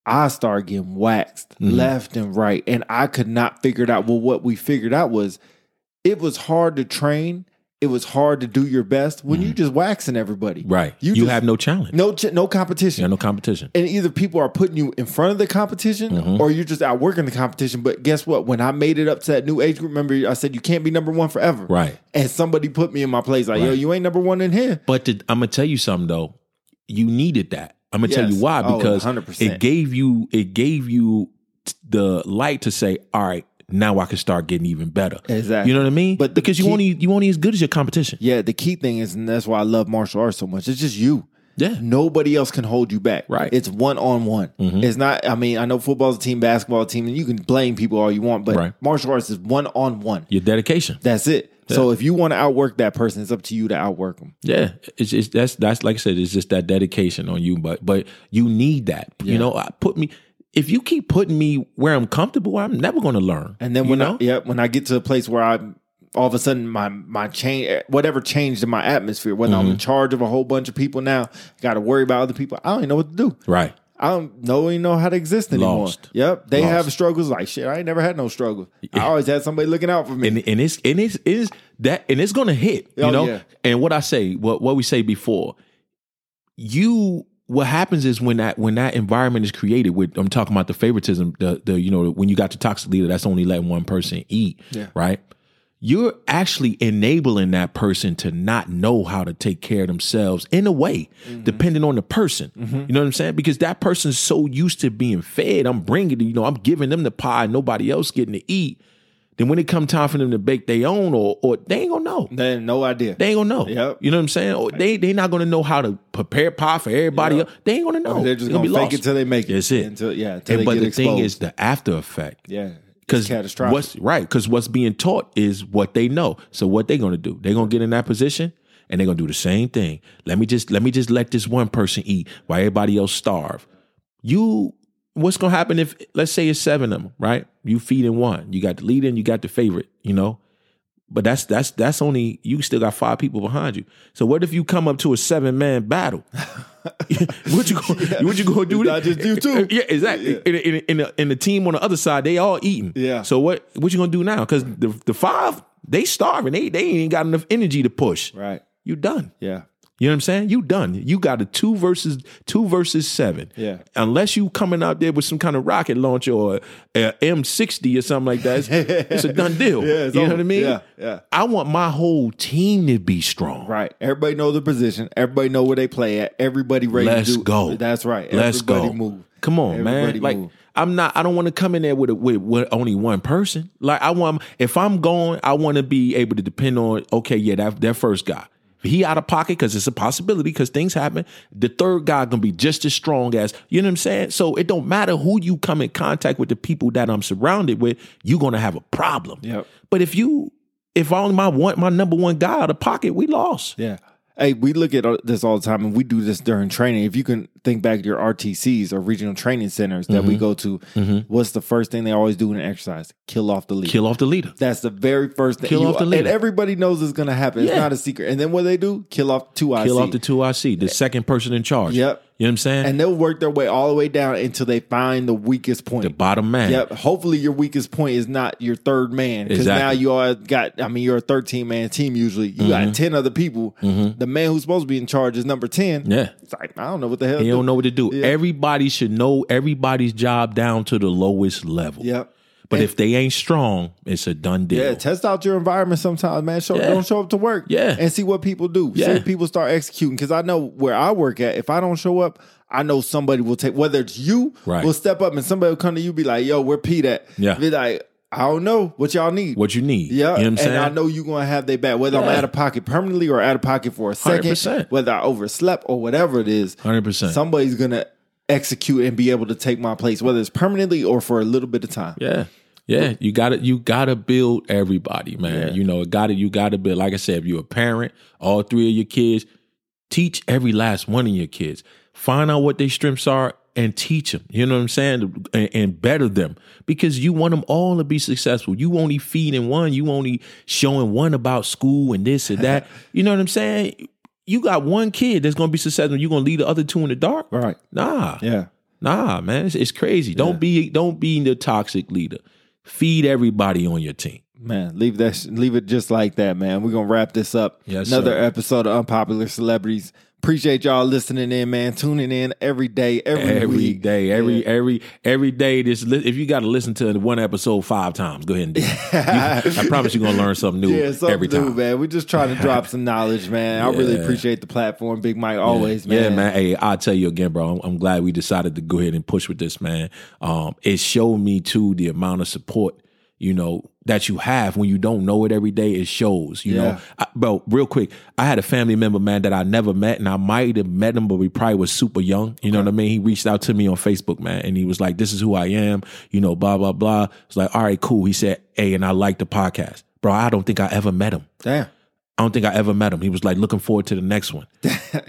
A: I started getting waxed
B: Mhm.
A: left and right. And I could not figure it out. Well, what we figured out was it was hard to train. It was hard to do your best when you just waxing everybody.
B: Right. You,
A: You, just,
B: have
A: have
B: no challenge.
A: no ch- no
B: You
A: competition.
B: have no competition.
A: And either people are putting you in front of the competition
B: Mm-hmm.
A: or you're just outworking the competition. But guess what? When I made it up to that new age group, remember I said you can't be number one forever.
B: Right.
A: And somebody put me in my place like, yo,
B: Right.
A: you ain't number one in here.
B: But the, I'm gonna tell you something though. You needed that. I'm gonna tell
A: Yes.
B: you why
A: Oh,
B: because
A: 100%.
B: it gave you it gave you t- the light to say, all right, now I can start getting even better.
A: Exactly.
B: You know what I mean?
A: But the
B: because you
A: key-
B: only you only as good as your competition.
A: Yeah, the key thing is, and that's why I love martial arts so much. It's just you.
B: Yeah.
A: Nobody else can hold you back.
B: Right. Mm-hmm.
A: It's one on one. It's not. I mean, I know football's a team, basketball a team, and you can blame people all you want, but
B: Right.
A: martial arts is one on one.
B: Your dedication.
A: That's it. So if you want to outwork that person, it's up to you to outwork them.
B: Yeah, it's just that's that's like I said, it's just that dedication on you, but but you need that. You know, I put me if you keep putting me where I'm comfortable, I'm never going to learn.
A: And then
B: you
A: when
B: know?
A: I yeah, when I get to a place where I all of a sudden my my change whatever changed in my atmosphere, whether I'm
B: Mm-hmm.
A: in charge of a whole bunch of people now, got to worry about other people. I don't even know what to do.
B: right,
A: I don't know even know how to exist anymore.
B: Lost.
A: Yep, they
B: Lost.
A: have struggles like shit. I ain't never had no struggle. I always had somebody looking out for me.
B: and and it's and it's is that and it's going to hit. You
A: Oh,
B: know,
A: yeah.
B: and what I say, what what we say before, you what happens is when that when that environment is created with i'm talking about the favoritism the the you know when you got the toxic leader that's only letting one person eat
A: Yeah.
B: right you're actually enabling that person to not know how to take care of themselves in a way
A: Mm-hmm.
B: depending on the person you know what i'm saying because that person's so used to being fed i'm bringing you know i'm giving them the pie nobody else getting to eat then when it come time for them to bake their own or or they ain't gonna know
A: they had no idea.
B: they ain't gonna know.
A: Yep.
B: You know what I'm saying? Or they they not gonna know how to prepare pie for everybody. else. They ain't gonna know.
A: They're just
B: They
A: gonna, fake
B: lost.
A: it till they make it.
B: That's it.
A: Until yeah, until
B: and,
A: they
B: but
A: get
B: the
A: exposed.
B: thing is the after effect.
A: yeah,
B: Because
A: catastrophic.
B: what's right? Because what's being taught is what they know. So what they gonna do? They gonna get in that position and they gonna do the same thing. Let me just let me just let this one person eat while everybody else starve. You what's gonna happen if let's say it's seven of them, right? You feeding one. You got the leader and you got the favorite. You know, but that's that's that's only you still got five people behind you. So what if you come up to a seven man battle? [laughs] what
A: [laughs]
B: you gonna, what you gonna do?
A: It's not just you
B: [laughs]
A: two.
B: Yeah, exactly.
A: Yeah.
B: And, and, and, the, and the team on the other side, they all eating.
A: Yeah.
B: So what what you gonna do now? Because the the five they starving. They they ain't got enough energy to push.
A: right.
B: You done.
A: Yeah,
B: You know what I'm saying? You done. You got a two versus two versus seven.
A: Yeah.
B: Unless you coming out there with some kind of rocket launcher or a M60 or something like that, it's, it's a done
A: [laughs]
B: deal.
A: Yeah, it's
B: you know
A: over.
B: what I mean?
A: Yeah, yeah.
B: I want my whole team to be strong.
A: right. Everybody know the position. Everybody know where they play at. Everybody ready.
B: Let's
A: to do,
B: go.
A: That's right.
B: Let's
A: Everybody
B: go.
A: Move.
B: Come on,
A: Everybody
B: man. Like
A: move.
B: I'm not. I don't want to come in there with, a, with with only one person. Like I want. If I'm going, I want to be able to depend on. Okay, yeah, that that first guy. If He out of pocket because it's a possibility because things happen. The third guy gonna be just as strong as you know what I'm saying. So it don't matter who you come in contact with. The people that I'm surrounded with, you are gonna have a problem.
A: Yep.
B: But if you, if only my one, my number one guy out of pocket, we lost.
A: Yeah. Hey, we look at this all the time, and we do this during training. If you can think back to your RTCs or regional training centers that
B: Mm-hmm.
A: we go to, what's the first thing they always do in an exercise? Kill off the lead.
B: Kill off the leader.
A: That's the very first thing.
B: Kill off the
A: And
B: leader.
A: everybody knows it's going to happen. It's
B: Yeah.
A: not a secret. And then what they do? Kill off two IC.
B: Kill off the two IC, the second person in charge.
A: Yep.
B: You know what I'm saying?
A: and they'll work their way all the way down until they find the weakest point.
B: the bottom man.
A: Yep. Hopefully, your weakest point is not your third man because
B: Exactly. Mm-hmm.
A: now you all got. I mean, you're a 13 man team usually. You got 10 other people. The man who's supposed to be in charge is number 10.
B: Yeah.
A: It's like I don't know what the hell.
B: You
A: to do.
B: don't know what to do.
A: Yeah.
B: Everybody should know everybody's job down to the lowest level.
A: Yep.
B: But if they ain't strong, it's a done deal.
A: Yeah, test out your environment sometimes, man. Show,
B: Yeah.
A: Don't show up to work.
B: Yeah.
A: And see what people do. See
B: Yeah.
A: if people start executing. Because I know where I work at, if I don't show up, I know somebody will take, whether it's you,
B: Right.
A: will step up and somebody will come to you be like, yo, where Pete at?
B: Yeah.
A: Be like, I don't know what y'all need.
B: what you need.
A: Yeah,
B: You know what I'm
A: and
B: saying?
A: I know you're gonna have their back, whether I'm
B: Yeah.
A: out of pocket permanently or out of pocket for a 2nd
B: 100%.
A: whether I overslept or whatever it is.
B: 100%.
A: Somebody's gonna execute and be able to take my place, whether it's permanently or for a little bit of time.
B: Yeah. Yeah. You gotta you gotta build everybody, man. You know, it gotta you gotta build. Like I said, if you're a parent, all three of your kids, teach every last one of your kids. Find out what their strengths are and teach them. You know what I'm saying? And, and better them because you want them all to be successful. You only feeding one. You only showing one about school and this and that. you know what I'm saying? You got one kid that's gonna be successful. You're gonna leave the other two in the dark?
A: Right.
B: Nah.
A: Yeah.
B: Nah, man, it's, it's crazy. Don't be don't be the toxic leader. Feed everybody on your team.
A: Man, leave that, sh- leave it just like that, man. We're gonna wrap this up.
B: Yes,
A: Another
B: sir.
A: episode of Unpopular Celebrities. Appreciate y'all listening in, man. Tuning in every day, every,
B: Every
A: week.
B: day, every every every day. This li- if you got to listen to one episode five times, go ahead and do it. You- I promise you're gonna learn something
A: [laughs]
B: new
A: Yeah, something
B: every
A: new,
B: time.
A: man. We're just trying to
B: [laughs]
A: drop some knowledge, man. I really
B: Yeah.
A: appreciate the platform, Big Mike. Always, man.
B: Yeah, man. Hey, I'll tell you again, bro. I'm, I'm glad we decided to go ahead and push with this, man. Um, it showed me too the amount of support, you know, that you have when you don't know it every day. It shows, you
A: Yeah.
B: know. I, bro, real quick, I had a family member, man, that I never met, and I might have met him, but we probably was super young. You know what I mean? He reached out to me on Facebook, man, and he was like, This is who I am, you know, blah, blah, blah. It's like, all right, cool. He said, Hey, and I like the podcast. Bro, I don't think I ever met him.
A: Damn.
B: I don't think I ever met him. He was like looking forward to the next one.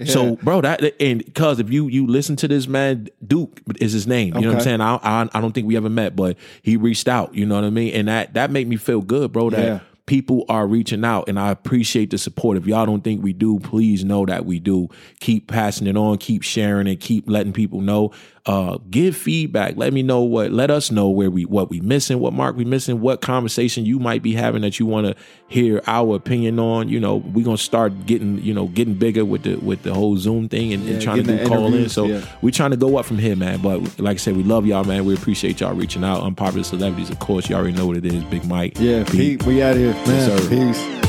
B: So, bro, that and cause if you you listen to this man, Duke is his name. You know what I'm
A: Okay.
B: saying? I, I I don't think we ever met, but he reached out. You know what I mean? And that that made me feel good, bro. That
A: Yeah.
B: people are reaching out, and I appreciate the support. If y'all don't think we do, please know that we do. Keep passing it on, keep sharing it, keep letting people know. Uh, give feedback. Let me know what. Let us know where we what we missing, what mark we missing, what conversation you might be having that you want to hear our opinion on. You know, we're gonna start getting you know getting bigger with the with the whole Zoom thing and, and
A: Yeah,
B: trying to
A: getting
B: do
A: the
B: call in.
A: interviews,
B: So
A: yeah.
B: we're trying to go up from here, man. But like I said, we love y'all, man. We appreciate y'all reaching out. Unpopular celebrities, of course, you already know what it is. Big Mike,
A: Yeah, Pete, we out here. Man,
B: sir.
A: Peace.